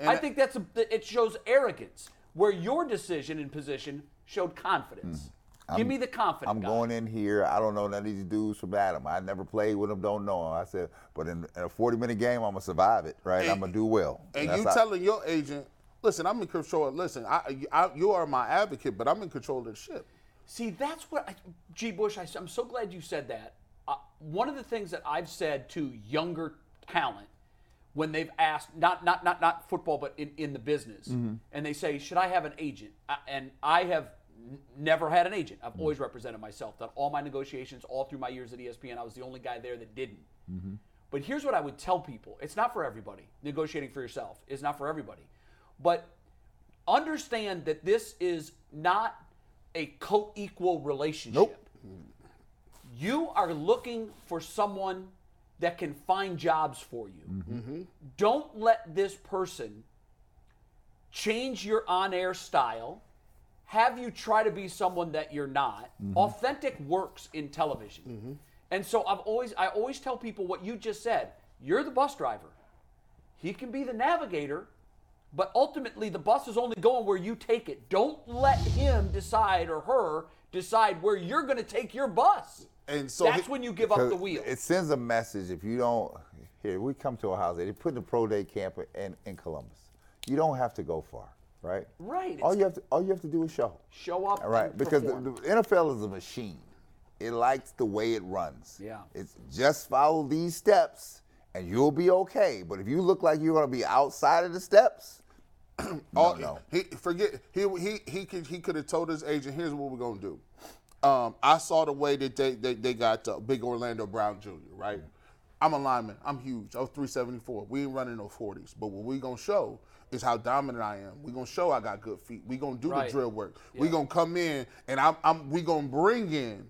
S2: I think that's a, that it shows arrogance. Where your decision and position showed confidence. Give me the confidence.
S3: Mm. I'm going in here. I don't know none of these dudes from Adam. I never played with them. Don't know them. I said, but in, in a 40 minute game, I'm gonna survive it, right? I'm gonna do well.
S4: And
S3: That's
S4: you
S3: how-
S4: telling your agent, listen, I'm in control. Listen, I, I, you are my advocate, but I'm in control of the ship.
S2: See, that's what I, G. Bush. I, am so glad you said that. Uh, one of the things that I've said to younger talent when they've asked, not not not not football, but in, in the business, and they say, "Should I have an agent?" I, and I have n- never had an agent. I've always represented myself. Done all my negotiations all through my years at E ESPN. I was the only guy there that didn't. But here's what I would tell people: It's not for everybody. Negotiating for yourself is not for everybody. But understand that this is not a co-equal relationship. You are looking for someone that can find jobs for you. Don't let this person change your on-air style. Have you try to be someone that you're not.
S3: Mm-hmm.
S2: Authentic works in television. And so I've always I always tell people what you just said. You're the bus driver. He can be the navigator, but ultimately, the bus is only going where you take it. Don't let him decide or her decide where you're going to take your bus.
S4: And so
S2: that's
S4: he-
S2: when you give up the
S3: Because
S2: wheel.
S3: It sends a message if you don't. Here we come to a house. They put in a pro day camp in, in Columbus. You don't have to go far, right?
S2: Right,
S3: All
S2: it's-
S3: you have to all you have to do is show.
S2: Show up
S3: All right,
S2: and
S3: because the,
S2: perform.
S3: the NFL is a machine. It likes the way it runs.
S2: Yeah.
S3: It's just follow these steps and you'll be okay. But if you look like you're gonna be outside of the steps,
S4: All,
S3: no.
S4: He forget he he he could he could have told his agent, here's what we're gonna do. Um, I saw the way that they they, they got uh, big Orlando Brown Jr. Right, I'm a lineman. I'm huge. I'm 374. We ain't running no 40s. But what we gonna show is how dominant I am. We gonna show I got good feet. We gonna do
S2: Right.
S4: the drill work. We gonna come in and I'm, I'm we gonna bring in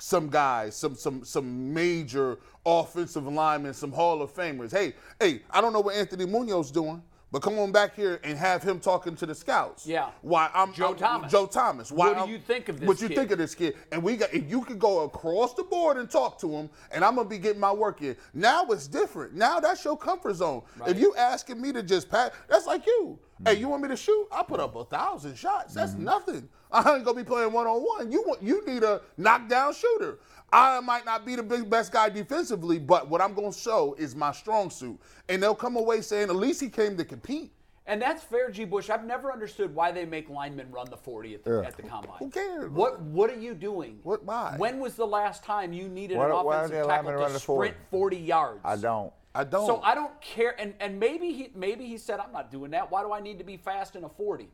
S4: some guys, some some some major offensive linemen, some Hall of Famers. Hey, hey, I don't know what Anthony Munoz doing, but come on back here and have him talking to the scouts.
S2: Yeah.
S4: Why I'm
S2: Joe
S4: I'm-
S2: Thomas.
S4: Joe Thomas. Why
S2: What do
S4: I'm-
S2: you think of this
S4: What you
S2: kid?
S4: think of this kid? And we got if you could go across the board and talk to him, and I'm gonna be getting my work in. Now it's different. Now that's your comfort zone. If you asking me to just pass, that's like you.
S2: Hmm.
S4: Hey, you want me to shoot? I put up a thousand shots. That's nothing. I ain't gonna be playing one on one. You want you need a knockdown shooter. I might not be the big best guy defensively, but what I'm gonna show is my strong suit. And they'll come away saying, at least he came to compete.
S2: and that's fair, G. Bush. I've never understood why they make linemen run the 40 at the, at the combine.
S4: Who cares?
S2: What What are you doing?
S4: What- why?
S2: When was the last time you needed
S3: Why
S2: an
S3: don't- why don't
S2: offensive
S3: they allow me
S2: tackle
S3: to
S2: to
S3: run the 40?
S2: sprint 40 yards?
S3: I don't.
S4: I don't.
S2: So I don't care. And and maybe he maybe he said I'm not doing that. Why do I need to be fast in a 40?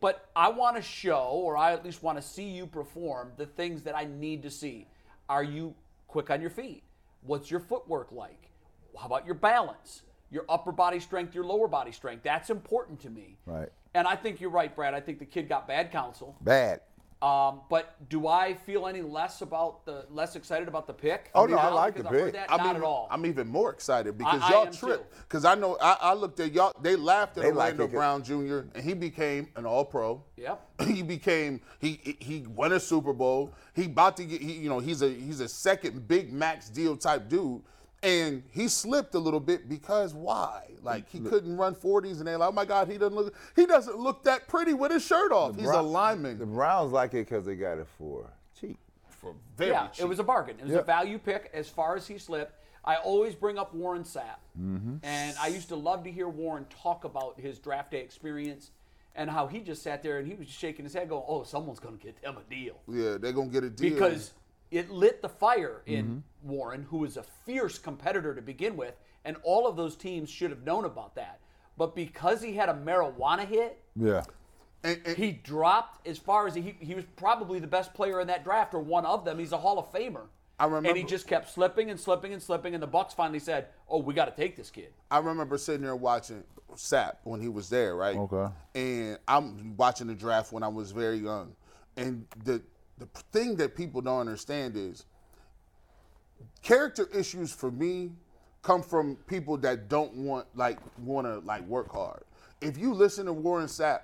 S2: But I want to show, or I at least want to see you perform the things that I need to see. Are you quick on your feet? What's your footwork like? How about your balance? Your upper body strength, your lower body strength. That's important to me.
S3: Right.
S2: And I think you're right, Brad. I think the kid got bad counsel.
S3: Bad.
S2: Um, but do I feel any less about the less excited about the pick?
S3: Oh, no, I like
S2: because
S3: the
S2: I've heard
S3: pick.
S2: that,
S4: I'm
S2: not
S4: even,
S2: at all.
S4: I'm even more excited because
S2: I
S4: y'all
S2: am
S4: tripped.
S2: too.
S4: Because I know I, I looked at y'all. They laughed at
S3: They like
S4: Orlando
S3: it 'cause-
S4: Brown Jr. and he became an All Pro.
S2: Yep.
S4: He became he he- he won a Super Bowl. He about to get he, you know he's a he's a second big max deal type dude. And he slipped a little bit because why? Like he couldn't run 40s, and they're like, "Oh my God, he doesn't look he doesn't look that pretty with his shirt off. He's a
S3: Brown-
S4: lineman.
S3: The Browns like it because they got it for cheap.
S4: for very
S2: yeah,
S4: cheap.
S2: it was a bargain. It was
S3: Yeah.
S2: a value pick as far as he slipped. I always bring up Warren Sapp, and I used to love to hear Warren talk about his draft day experience and how he just sat there and he was shaking his head, going, "Oh, someone's going to get them a deal."
S4: yeah, they're gonna get a deal
S2: because it lit the fire in Warren, who is a fierce competitor to begin with, and all of those teams should have known about that. But because he had a marijuana hit,
S3: Yeah.
S4: And- and-
S2: he dropped as far as he, he was probably the best player in that draft or one of them. He's a Hall of Famer.
S4: I remember-
S2: And he just kept slipping and slipping and slipping, and the Bucks finally said, "Oh, we got to take this kid."
S4: I remember sitting there watching Sap when he was there, right?
S3: Okay.
S4: And I'm watching the draft when I was very young, and the the thing that people don't understand is character issues for me come from people that don't want like want to like work hard. If you listen to Warren Sapp,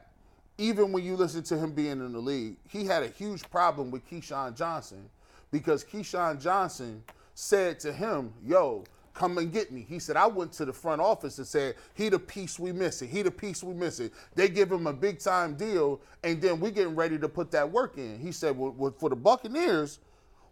S4: even when you listen to him being in the league, he had a huge problem with Keyshawn Johnson because Keyshawn Johnson said to him, "Yo, come and get me." He said, "I went to the front office and said he the piece we missing. He the piece we missing." They give him a big time deal, and then we getting ready to put that work in. He said, "Well, well for the Buccaneers."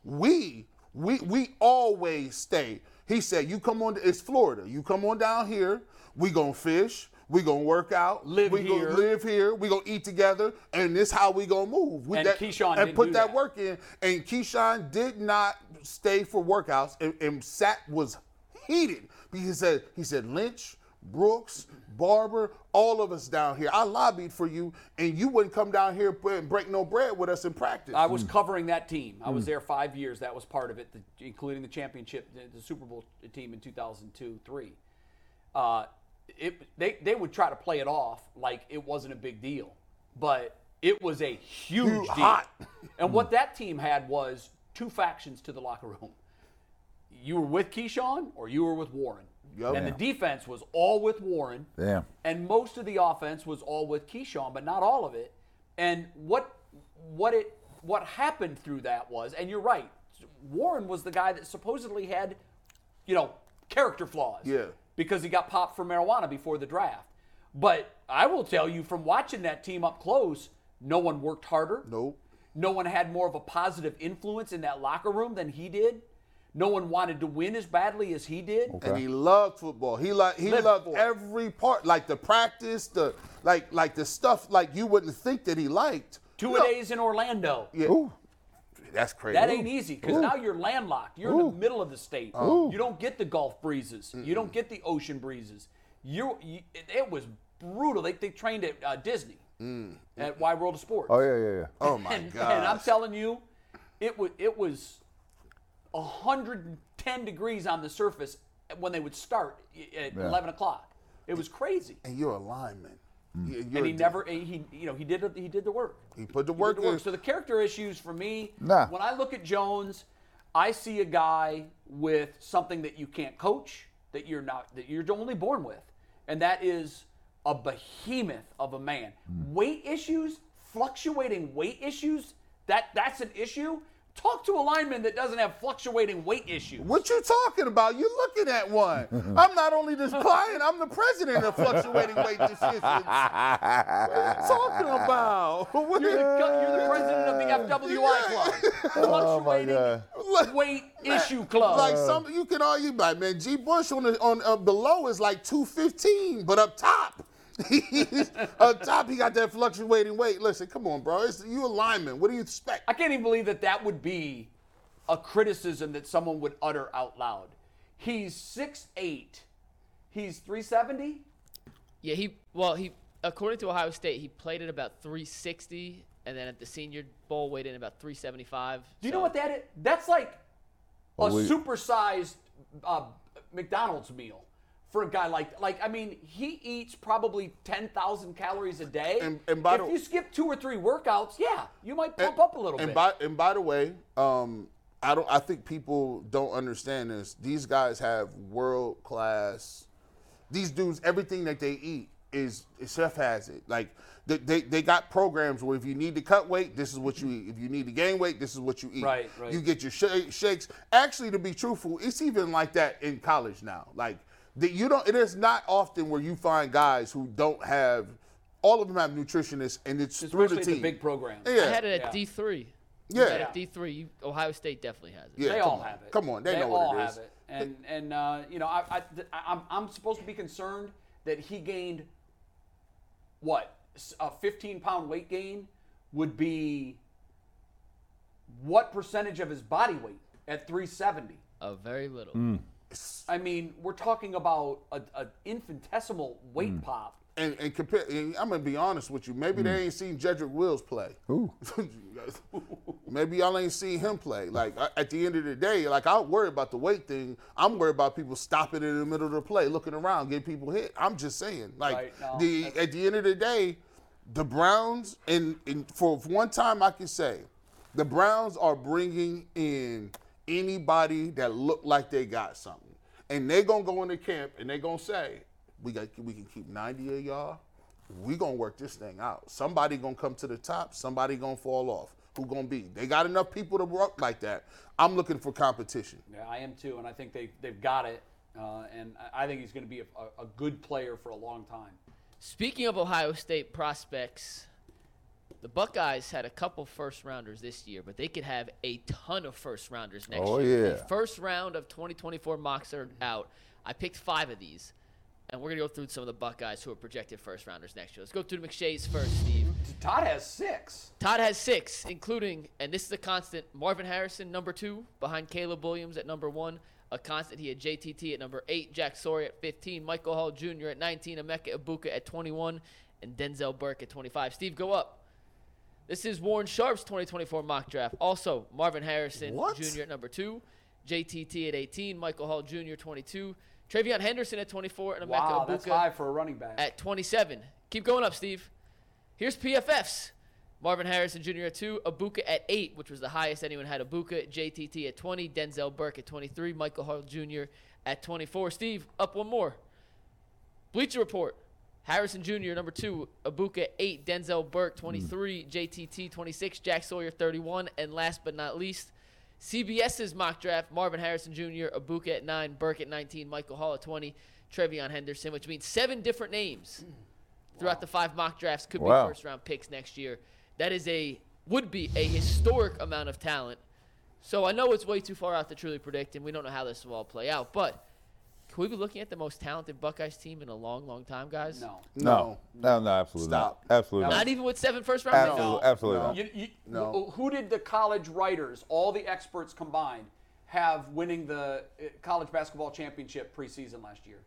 S4: we we we always stay. He said, "You come on. It's Florida. You come on down here. We gonna fish. We gonna work out.
S2: Live
S4: we
S2: here.
S4: Gonna live here. We gonna eat together. And this how we gonna move. We
S2: And Keyshawn
S4: and
S2: didn't
S4: put
S2: do
S4: that
S2: that.
S4: work in. And Keyshawn did not stay for workouts. And, and Sat was heated. He said he said Lynch." Brooks, Barber, all of us down here. I lobbied for you, and you wouldn't come down here and break no bread with us in practice.
S2: I was covering that team. I
S4: Hmm.
S2: was there five years. That was part of it, the, including the championship, the, the Super Bowl team in 2002 3. Uh, it, they, they would try to play it off like it wasn't a big deal, but it was a huge deal.
S4: hot. Hmm.
S2: And what that team had was two factions to the locker room you were with Keyshawn or you were with Warren.
S4: Yup.
S2: And the defense was all with Warren.
S3: Damn.
S2: And most of the offense was all with Keyshawn, but not all of it. And what what it what happened through that was, and you're right, Warren was the guy that supposedly had, you know, character flaws.
S4: Yeah.
S2: Because he got popped for marijuana before the draft. But I will tell you from watching that team up close, no one worked harder.
S4: Nope.
S2: No one had more of a positive influence in that locker room than he did. No one wanted to win as badly as he did.
S4: and he loved football. He like he
S2: Lived
S4: loved
S2: for it.
S4: every part, like the practice, the like like the stuff like you wouldn't think that he liked.
S2: Two
S4: No.
S2: days in Orlando.
S3: Ooh.
S4: That's crazy.
S2: That ain't easy because now you're landlocked. You're in the middle of the state.
S3: Uh-huh.
S2: You don't get the Gulf breezes. You don't get the ocean breezes. You, you it, it was brutal. They, they trained at uh, Disney at Wide World of Sports.
S3: Mm. Oh yeah, yeah, yeah.
S4: Oh my
S2: and,
S4: god.
S2: and I'm telling you, it was it was 110 degrees on the surface when they would start i- at 11 o'clock. It was crazy.
S4: and you're a lineman. You- you're
S2: And
S4: a
S2: he
S4: dude.
S2: never he he- you know he did he did the work.
S4: He put the
S2: He
S4: work
S2: did the
S4: in.
S2: work. So the character issues for me.
S3: Nah.
S2: When I look at Jones, I see a guy with something that you can't coach that you're not that you're only born with, and that is a behemoth of a man.
S3: Hmm.
S2: Weight issues, fluctuating weight issues. That that's an issue. Talk to a lineman that doesn't have fluctuating weight issues.
S4: What you talking about? You looking at one. I'm not only this client, I'm the president of fluctuating weight decisions. what are you talking about? What
S2: You're the,
S4: are-
S2: you're the president of the FWI club. Fluctuating
S3: Oh God.
S2: weight issue club.
S4: Like some, you can all you like, man. G. Bush on the, on uh, below is like two fifteen, but up top, he's- up top he got that fluctuating weight. Listen, come on, bro. It's, you a lineman. What do you expect?
S2: I can't even believe that that would be a criticism that someone would utter out loud. He's 6'8. He's 370.
S1: Yeah, he well he according to Ohio State he played at about 360 and then at the Senior Bowl weighed in about 375.
S2: Do you know what that is? That's like a
S3: we-
S2: supersized uh, McDonald's meal for a guy like like I mean he eats probably ten thousand calories a day.
S4: And- and by
S2: if
S4: the-
S2: you skip two or three workouts, yeah, you might pump up a little
S4: and
S2: bit.
S4: By, and by the way, um, I don't. I think people don't understand this. These guys have world class. These dudes, everything that they eat is chef has it. Like they, they, they got programs where if you need to cut weight, this is what you eat. If you need to gain weight, this is what you eat.
S2: Right, right.
S4: You get your sh- shakes. Actually, to be truthful, it's even like that in college now. Like that you don't. It is not often where you find guys who don't have. All of them have nutritionists, and it's through the
S2: Especially
S4: team.
S2: the big programs.
S4: Yeah.
S1: I had it at
S2: Yeah.
S1: D3.
S4: Yeah.
S1: Had it at D3. You, Ohio State definitely has it.
S4: Yeah,
S2: they
S4: come
S2: all
S4: on.
S2: have it.
S4: Come on, they, know
S2: all
S4: what it is.
S2: have it. And and uh, you know, I, I th- I- I'm I'm supposed to be concerned that he gained what S- a 15 pound weight gain would be what percentage of his body weight at 370.
S1: A very little.
S4: Mm.
S2: I mean, we're talking about a, a infinitesimal weight
S4: Mm.
S2: pop.
S4: And, and compare, and I'm gonna be honest with you. Maybe they ain't seen Jedrick Wills play. Who? maybe y'all ain't seen him play. Like I- at the end of the day, like I don't worry about the weight thing. I'm worried about people stopping in the middle of the play, looking around, getting people hit. I'm just saying, like
S2: Right, no,
S4: the
S2: that's-
S4: at the end of the day, the Browns and, and for one time I can say, the Browns are bringing in anybody that look like they got something, and they gonna go into camp and they gonna say, we got we can keep 90 of y'all. We gonna work this thing out. Somebody gonna come to the top. Somebody gonna fall off. Who gonna be? They got enough people to work like that. I'm looking for competition.
S2: Yeah, I am too, and I think they they've got it. Uh, and I- I think he's going to be a, a, a good player for a long time.
S1: Speaking of Ohio State prospects, the Buckeyes had a couple first rounders this year, but they could have a ton of first rounders next
S3: Oh,
S1: year. The
S3: yeah.
S1: first round of 2024 mocks are out. I picked five of these, and we're going to go through some of the Buckeyes who are projected first rounders next year. Let's go through the McShays first, Steve.
S2: Todd has six.
S1: Todd has six, including, and this is a constant, Marvin Harrison, number two, behind Caleb Williams at number one. A constant, he had JTT at number eight, Jack Sori at 15, Michael Hall Jr. at 19, Emeka Ibuka at 21, and Denzel Burke at 25. Steve, go up. This is Warren Sharp's 2024 mock draft. Also, Marvin Harrison
S4: What?
S1: Jr. at number two, JTT at 18, Michael Hall Jr. 22, Travion Henderson at 24, and Emeka
S2: Wow,
S1: Ibuka
S2: that's high for a running back.
S1: at 27. Keep going up, Steve. Here's PFFs. Marvin Harrison Jr. at 2, Abuka at 8, which was the highest anyone had Abuka, JTT at 20, Denzel Burke at 23, Michael Hall Jr. at 24. Steve, up one more. Bleacher Report. Harrison Jr., number 2, Abuka 8, Denzel Burke 23, JTT 26, Jack Sawyer 31, and last but not least, CBS's mock draft, Marvin Harrison Jr., Abuka at 9, Burke at 19, Michael Hall at 20, Trevion Henderson, which means seven different names throughout the five mock drafts could
S3: Wow.
S1: be first round picks next year. That is a would be a historic amount of talent. So I know it's way too far out to truly predict, and we don't know how this will all play out. But can we be looking at the most talented Buckeyes team in a long, long time, guys?
S2: no.
S3: No, no, no, absolutely
S4: Stop.
S3: not. Absolutely
S1: Not
S3: not.
S1: even with seven first round picks.
S3: Absolutely,
S2: No.
S3: absolutely
S4: No.
S3: not.
S2: You, you,
S4: No.
S2: wh- Who did the college writers, all the experts combined, have winning the uh, college basketball championship preseason last year?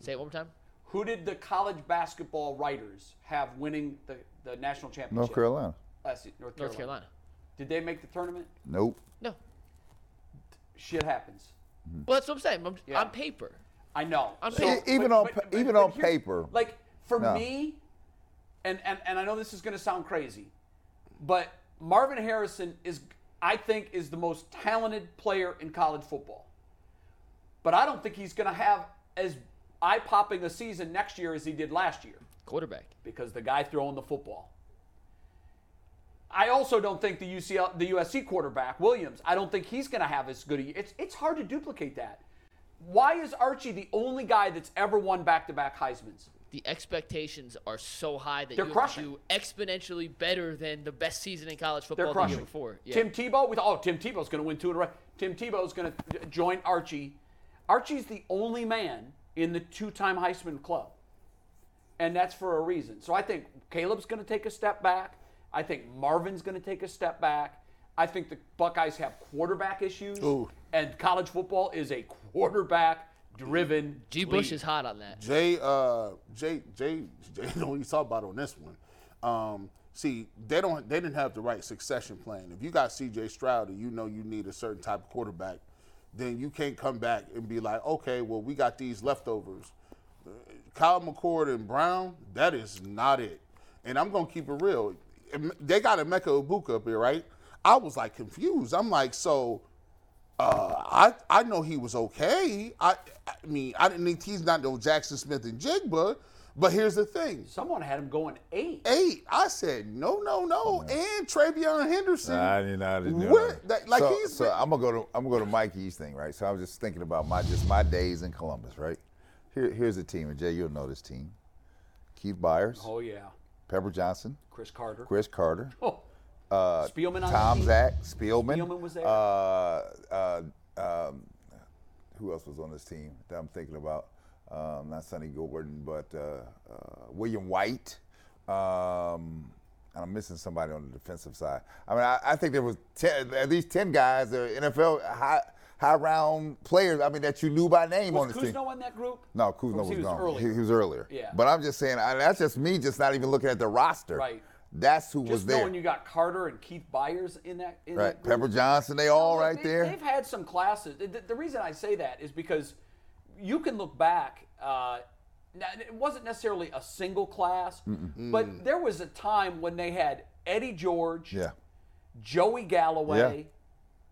S1: Say it one more time.
S2: Who did the college basketball writers have winning the, the national championship?
S3: North Carolina.
S2: Last year, North,
S1: North Carolina.
S2: Carolina. Did they make the tournament?
S3: Nope.
S1: No.
S2: Shit happens.
S1: Well, that's what I'm saying. I'm,
S2: Yeah.
S1: On paper.
S2: I know.
S1: I'm saying-
S3: E- even on pa- even on
S2: here's-
S3: paper,
S2: Like for
S3: no.
S2: me, and, and and I know this is going to sound crazy, but Marvin Harrison is I think is the most talented player in college football. But I don't think he's going to have as eye popping a season next year as he did last year
S1: Quarterback.
S2: because the guy throwing the football. I also don't think the UCL, the USC quarterback Williams. I don't think he's going to have as good a year. It's it's hard to duplicate that. Why is Archie the only guy that's ever won back-to-back Heisman's?
S1: The expectations are so high that
S2: They're
S1: you
S2: crushing.
S1: have to do exponentially better than the best season in college
S2: They're
S1: football the
S2: crushing.
S1: year before. Yeah.
S2: Tim Tebow with oh Tim Tebow's going to win two in a row. Tim Tebow's going to join Archie. Archie's the only man in the two-time Heisman club, and that's for a reason. So I think Caleb's going to take a step back. I think Marvin's going to take a step back. I think the Buckeyes have quarterback issues,
S4: Ooh.
S2: and college football is a quarterback-driven.
S1: G. Bush
S2: league.
S1: is hot on that.
S4: Jay, uh, Jay, Jay, Jay, don't know what you talk about on this one. Um, see, they don't, they didn't have the right succession plan. If you got C.J. Stroud and you know you need a certain type of quarterback, then you can't come back and be like, okay, well, we got these leftovers. Kyle McCord and Brown, that is not it. And I'm gonna keep it real. Em- They got Emeka Ibuka up here, right? I was like confused. I'm like, so uh, I I know he was okay. I I mean, I didn't think he's not no Jackson Smith and Jigba. But here's the thing.
S2: Someone had him going eight.
S4: Eight, I said no, no, no, and Travion Henderson.
S5: I didn't- I didn't know
S4: What?
S5: that.
S4: That- like
S3: so,
S4: he's
S3: so I'm gonna go to I'm gonna go to Mikey's thing, right? So I was just thinking about my just my days in Columbus, right? Here, here's the team, and Jay, you'll know this team: Keith Byers,
S2: Oh yeah,
S3: Pepper Johnson,
S2: Chris Carter.
S3: Chris Carter,
S2: Oh, Spielman on
S3: Tom
S2: the team.
S3: Zach, Spielman.
S2: Spielman was there.
S3: Uh, uh, um, who else was on this team that I'm thinking about? Um, not Sonny Gordon, but uh, uh, William White. Um, and I'm missing somebody on the defensive side. I mean, I, I think there was 10, at least ten guys, uh, that are NFL high high round players. I mean, that you knew by name on
S2: Was
S3: this team.
S2: Kuzno in that group?
S3: No,
S2: Or
S3: Kuzma was,
S2: he was
S3: gone.
S2: earlier?
S3: He, he was earlier.
S2: Yeah.
S3: But I'm just saying, I, that's just me, just not even looking at the roster.
S2: Right.
S3: That's who was
S2: Just
S3: there.
S2: knowing you got Carter and Keith Byers in that. In
S3: right.
S2: That group.
S3: Pepper Johnson, they all
S2: Well,
S3: right
S2: Oh, they,
S3: there.
S2: They've had some classes. The, the- the reason I say that is because you can look back. Uh, now, it wasn't necessarily a single class, but there was a time when they had Eddie George,
S3: Yeah.
S2: Joey Galloway.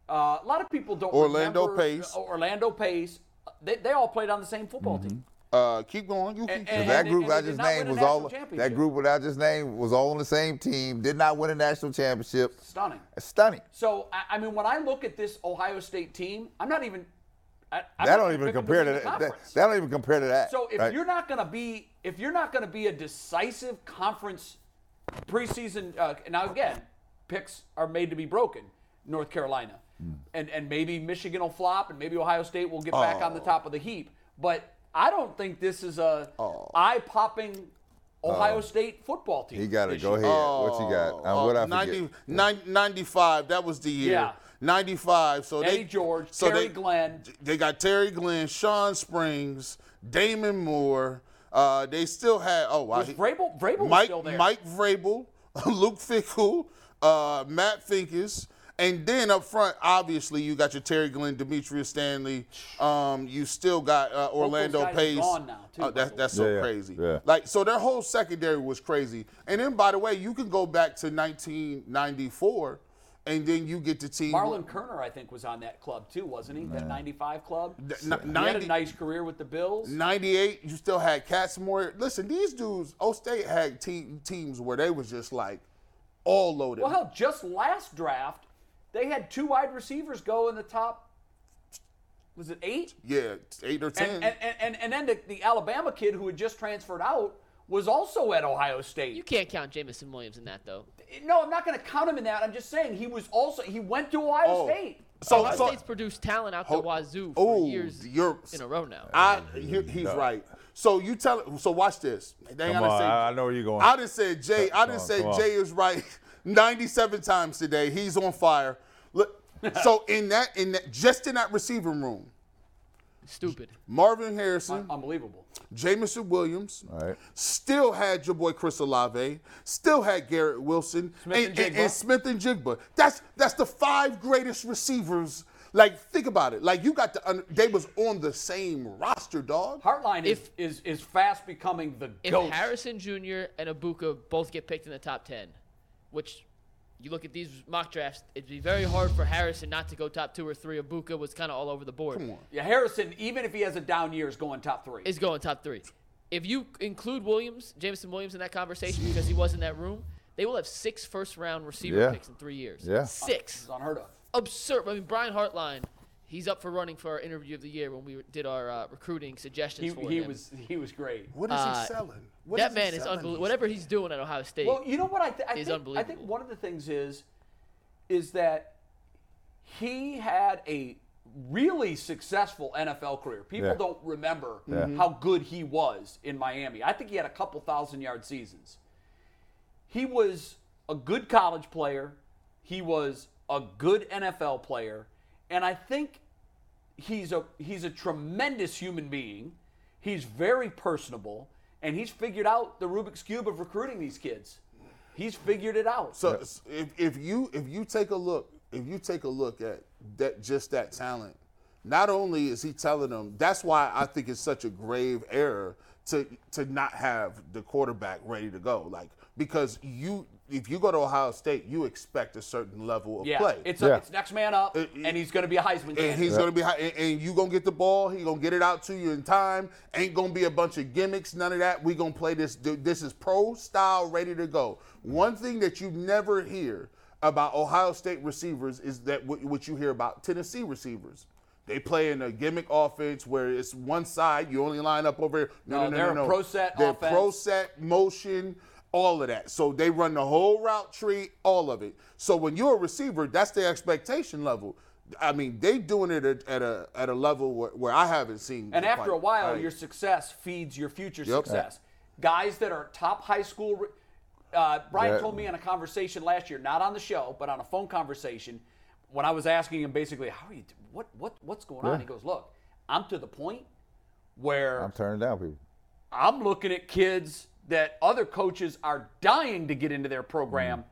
S2: Uh, a lot of people don't
S4: Orlando
S2: remember-
S4: Pace.
S2: Orlando Pace. They, they all played on the same football
S3: Mm-hmm.
S2: team.
S4: Uh, keep going. You can
S2: And-
S4: keep
S2: and-
S4: going.
S3: that group
S2: they
S3: I
S2: did
S3: just
S2: not win
S3: named
S2: a
S3: was all
S2: national
S3: that group without just named was all on the same team. Did not win a national championship.
S2: Stunning.
S3: Stunning.
S2: So I, I mean, when I look at this Ohio State team, I'm not even. I, I'm not
S3: That don't even
S2: picking
S3: compare
S2: them
S3: to
S2: in the
S3: that. That,
S2: conference.
S3: that don't even compare to that.
S2: So if
S3: right?
S2: you're not gonna be if you're not gonna be a decisive conference preseason uh, now again, picks are made to be broken. North Carolina,
S3: Hmm.
S2: and and maybe Michigan will flop, and maybe Ohio State will get back
S3: Oh.
S2: on the top of the heap. But I don't think this is a eye popping Ohio State football team.
S3: Oh. he got it.
S2: this
S3: Go
S2: year.
S3: ahead. what you got? Uh, what I
S4: Uh,
S3: forget?
S4: 90, nine- 95, that was the year.
S2: Yeah.
S4: 95. So
S2: Eddie
S4: they,
S2: George,
S4: so
S2: Terry
S4: they,
S2: Glenn.
S4: They got Terry Glenn, Sean Springs, Damon Moore. Uh, they still had oh wow,
S2: Was Vrabel- Vrabel was
S4: Mike
S2: still there.
S4: Mike Vrabel, Luke Fickle, uh, Matt Finkus, and then up front, obviously you got your Terry Glenn, Demetrius Stanley. Um, you still got uh, Orlando
S2: guys are
S4: Pace.
S2: gone now, too,
S4: Oh,
S2: by the
S4: that,
S2: way.
S4: that's so
S5: Yeah, yeah,
S4: crazy.
S5: yeah.
S4: Like so, their whole secondary was crazy. And then by the way, you can go back to 1994, and then you get the team.
S2: Marlon Kerner, I think, was on that club too, wasn't he? That 95 club.
S4: N- n-
S2: he had a
S4: 90
S2: nice career with the Bills.
S4: 98, you still had Catsmore. Listen, these dudes, O State had te- teams where they was just like all loaded.
S2: Well, hell, just last draft, they had two wide receivers go in the top. Was it eight?
S4: yeah, eight or ten.
S2: And and, and, and, and then the, the Alabama kid who had just transferred out was also at Ohio State.
S1: You can't count Jamison Williams in that though.
S2: no, I'm not going to count him in that. I'm just saying he was also he went to Ohio
S4: Oh.
S2: State.
S4: so,
S1: Ohio
S4: so
S1: State's produced talent out the
S4: Hold-
S1: wazoo for
S4: oh,
S1: years
S4: you're-
S1: in a row now.
S4: I, he- he's right. So you tell, so watch this. They
S5: Come
S4: gotta
S5: on,
S4: say-
S5: I, I know where you're going.
S4: I didn't say Jay. I
S5: Come
S4: didn't
S5: on,
S4: say
S5: come on.
S4: Jay is right. 97 times today. He's on fire. Look, so in that, in that, just in that receiving room,
S1: Stupid.
S4: Marvin Harrison,
S2: Unbelievable.
S4: Jamison Williams,
S3: All right.
S4: still had your boy Chris Olave, still had Garrett Wilson,
S2: Smith and
S4: and, and- and
S2: Jigba.
S4: Smith and Jigba. That's that's the five greatest receivers. Like think about it. Like you got the under, they was on the same roster, dog.
S2: Heartline
S1: If-
S2: is, is is fast becoming the
S1: If
S2: ghost.
S1: Harrison Jr. and Abuka both get picked in the top ten, which you look at these mock drafts, it'd be very hard for Harrison not to go top two or three. Abuka was kind of all over the board.
S2: yeah, Harrison, even if he has a down year, is going top three.
S1: is going top three. If you include Williams, Jameson Williams in that conversation because he was in that room, they will have six first round receiver
S3: Yeah.
S1: picks in three years.
S3: Yeah.
S1: Six.
S2: It's unheard of.
S1: Absurd. I mean, Brian Hartline, he's up for running for our interview of the year when we did our uh, recruiting suggestions
S2: He,
S1: for
S2: he
S1: him.
S2: was he was great.
S4: What is
S1: Uh,
S4: he selling? What
S1: that
S4: he
S1: man is
S4: selling?
S1: unbelievable. Whatever he's doing at Ohio State,
S2: Well, you know what I, th- I
S1: is
S2: think. I
S1: unbelievable.
S2: think one of the things is, is that he had a really successful NFL career. People
S5: Yeah. Mm-hmm.
S2: don't remember how good he was in Miami. I think he had a couple thousand yard seasons. He was a good college player. He was a good NFL player, and I think he's a he's a tremendous human being. He's very personable, and he's figured out the Rubik's cube of recruiting these kids. He's figured it out.
S4: So s- if, if you if you take a look if you take a look at that just that talent, Not only is he telling them, that's why I think it's such a grave error to to not have the quarterback ready to go. Like because you, if you go to Ohio State, you expect a certain level of
S2: Yeah,
S4: play.
S2: it's
S5: Yeah.
S2: it's next man up,
S4: It- it-
S2: and he's going to be a Heisman.
S4: and
S2: candidate.
S4: he's gonna be high, and, and you gonna get the ball. He gonna get it out to you in time. Ain't gonna be a bunch of gimmicks, none of that. We gonna play this. dude, This is pro style, ready to go. One thing that you never hear about Ohio State receivers is that what, what you hear about Tennessee receivers. They play in a gimmick offense where it's one side. You only line up over. here. No,
S2: No,
S4: no, no,
S2: they're a
S4: no, no.
S2: pro set
S4: They're
S2: offense.
S4: pro set motion, all of that. So they run the whole route tree, all of it. So when you're a receiver, that's the expectation level. I mean, they doing it at, at a at a level where, where I haven't seen.
S2: And
S4: the
S2: after
S4: fight.
S2: a while,
S4: Right.
S2: your success feeds your future
S4: Yep.
S2: success. Guys that are top high school. re- Uh, Brian
S3: Yeah.
S2: told me in a conversation last year, not on the show, but on a phone conversation, when I was asking him basically, "How are you? do- What what what's going on?" He goes, "Look, I'm to the point where
S3: I'm turning down people.
S2: I'm looking at kids that other coaches are dying to get into their program,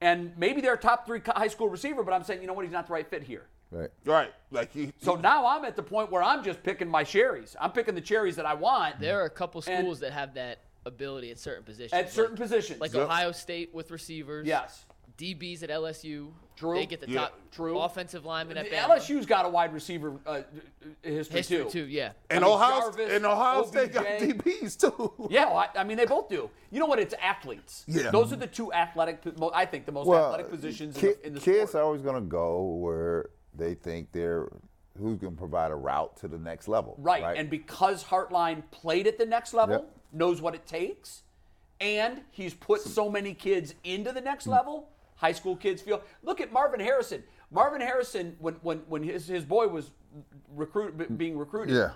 S2: and maybe they're a top three co- high school receiver, but I'm saying, you know what, he's not the right fit here.
S3: Right.
S4: right, like he.
S2: So now I'm at the point where I'm just picking my cherries. I'm picking the cherries that I want
S1: There are a couple
S2: And-
S1: schools that have that ability at certain positions.
S2: at certain
S1: like,
S2: positions.
S1: like Ohio State with receivers.
S2: yes,
S1: DBs at LSU.
S2: True.
S1: They get the
S4: Yeah.
S1: top
S2: True.
S1: offensive lineman
S2: the
S1: at Bama.
S2: LSU's got a wide receiver uh, history,
S1: history too. Yeah.
S4: and
S2: I mean,
S4: Ohio
S2: Jarvis,
S4: and Ohio State got
S2: OBJ.
S4: DBs too.
S2: Yeah, well, I, I mean they both do. You know what? It's athletes.
S4: Yeah.
S2: those are the two athletic. po- mo- I think the most athletic positions in
S3: ki-
S2: the, in the
S3: kids are
S2: sport.
S3: always going to go where they think they're who's going to provide a route to the next level.
S2: right. and because Hartline played at the next level,
S3: Yep.
S2: knows what it takes, and he's put so many kids into the next level. High school kids feel. Look at Marvin Harrison. Marvin Harrison, when when when his his boy was recruit b- being recruited,
S4: Yeah.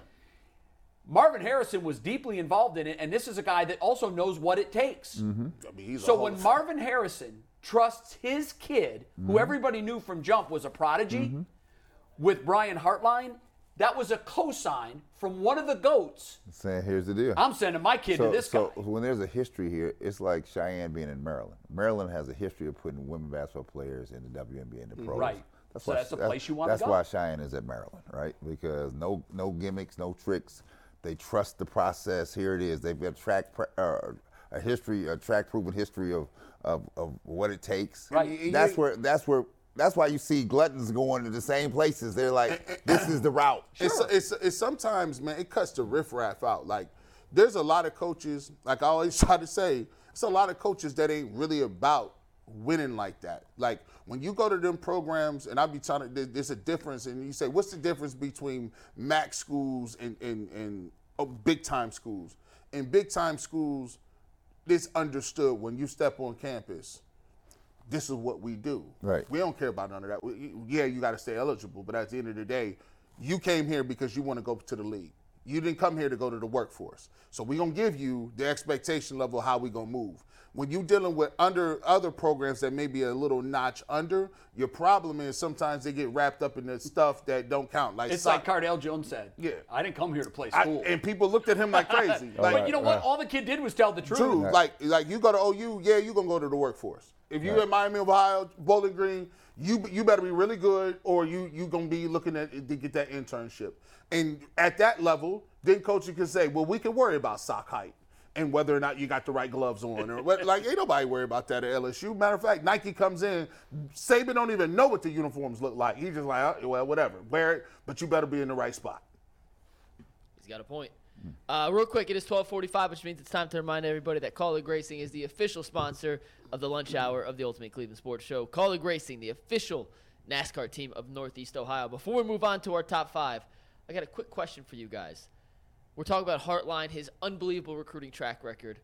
S2: Marvin Harrison was deeply involved in it, and this is a guy that also knows what it takes.
S4: I mean, he's a
S2: So
S4: Hall
S2: when
S4: of-
S2: Marvin Harrison trusts his kid,
S4: Mm-hmm.
S2: who everybody knew from jump was a prodigy, with Brian Hartline, that was a cosign from one of the goats.
S3: saying here's the deal.
S2: I'm sending my kid to this
S3: so
S2: guy.
S3: when there's a history here, it's like Cheyenne being in Maryland. Maryland has a history of putting women basketball players in the WNBA and the pros.
S2: Right. So that's the place you wanna
S3: That's
S2: go.
S3: why Cheyenne is at Maryland, right? Because no no gimmicks, no tricks. They trust the process. Here it is. They've got track pre- uh, a history, a track proven history of, of of what it takes.
S2: Right.
S3: That's where that's where that's why you see gluttons going to the same places. They're like, this is the route.
S4: It's, it's, it's sometimes, man, it cuts the riffraff out. Like, there's a lot of coaches, like I always try to say, it's a lot of coaches that ain't really about winning like that. Like, when you go to them programs, and I be trying to, there- there's a difference, and you say, what's the difference between MAC schools and, and, and oh, big time schools? In big time schools, it's understood when you step on campus this is what we do.
S3: Right.
S4: We don't care about none of that. We, yeah, you got to stay eligible, but at the end of the day, you came here because you want to go to the league. You didn't come here to go to the workforce. So we're gonna give you the expectation level of how we gonna move. When you dealing with under other programs that may be a little notch under, your problem is sometimes they get wrapped up in the stuff that don't count. Like
S2: It's
S4: soc-
S2: like Cardell Jones said.
S4: Yeah.
S2: I didn't come here to play
S4: I-
S2: school.
S4: and people looked at him like crazy. like, uh,
S2: but you know what? All the kid did was tell the truth.
S4: Dude, like like you go to OU, yeah, you gonna go to the workforce. If you in Miami, Ohio, Bowling Green, you you better be really good, or you you gonna be looking at to get that internship. And at that level, then coaching can say, well, we can worry about sock height and whether or not you got the right gloves on, or what, like ain't nobody worry about that at LSU. Matter of fact, Nike comes in, Saban don't even know what the uniforms look like. He's just like, oh, well, whatever, wear it, but you better be in the right spot.
S1: He's got a point. Uh, real quick, it is 12:45, which means it's time to remind everybody that Collard Racing is the official sponsor of the lunch hour of the Ultimate Cleveland Sports Show. Collard Racing, the official NASCAR team of Northeast Ohio. Before we move on to our top five, I got a quick question for you guys. We're talking about Hartline, his unbelievable recruiting track record.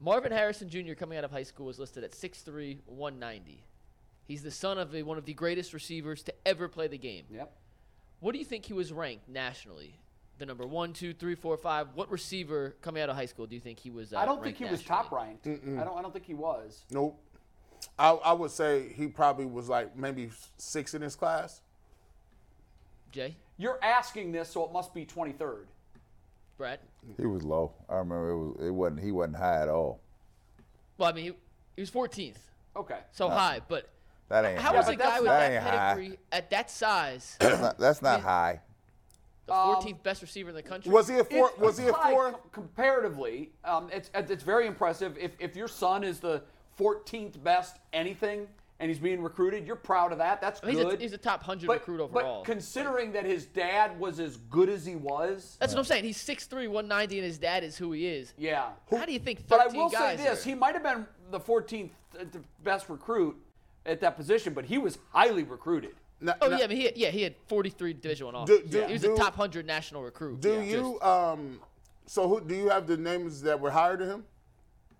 S1: Marvin Harrison Jr. coming out of high school was listed at 6'3", 190. He's the son of a, one of the greatest receivers to ever play the game.
S2: Yep.
S1: What do you think he was ranked nationally? The number one, two, three, four, five. What receiver coming out of high school do you think he was? Uh,
S2: I don't
S1: ranked
S2: think he was
S1: nationally?
S2: top ranked. I don't. I don't think he was.
S4: Nope. I, I would say he probably was like maybe six in his class.
S1: Jay,
S2: You're asking this, so it must be 23rd.
S1: Brad.
S3: He was low. I remember it was it wasn't he wasn't high at all.
S1: Well, I mean, he, he was 14th,
S2: Okay.
S1: so high. But
S3: That ain't
S1: how
S3: high.
S1: was a guy
S2: that's
S1: with
S3: not-
S1: that
S3: that ain't high.
S1: pedigree at that size?
S3: That's not, that's not high.
S1: the 14th best receiver in the country.
S4: Was he a four?
S2: It's-
S4: Was he a
S2: it's high
S4: four?
S2: com- Comparatively, um, it's it's very impressive. If if your son is the 14th best anything and he's being recruited, you're proud of that. That's
S1: I mean, he's, a,
S2: good.
S1: he's a top 100
S2: but,
S1: recruit
S2: but
S1: overall.
S2: considering that his dad was as good as he was,
S1: That's what I'm saying. He's 6'3", 190, and his dad is who he is.
S2: yeah.
S1: How do you think 13
S2: But I will say
S1: guys
S2: this:
S1: are-
S2: he might have been the 14th uh, the best recruit at that position, but he was highly recruited.
S4: Now-
S1: Oh
S4: now-
S1: yeah, but he yeah he had 43 Division One
S4: Do-
S1: offers.
S4: do-
S1: he was
S4: do-
S1: a top 100 national recruit.
S4: Do
S1: Yeah.
S4: you
S1: Just-
S3: uh,
S4: um? So who do you have the names that were higher than him?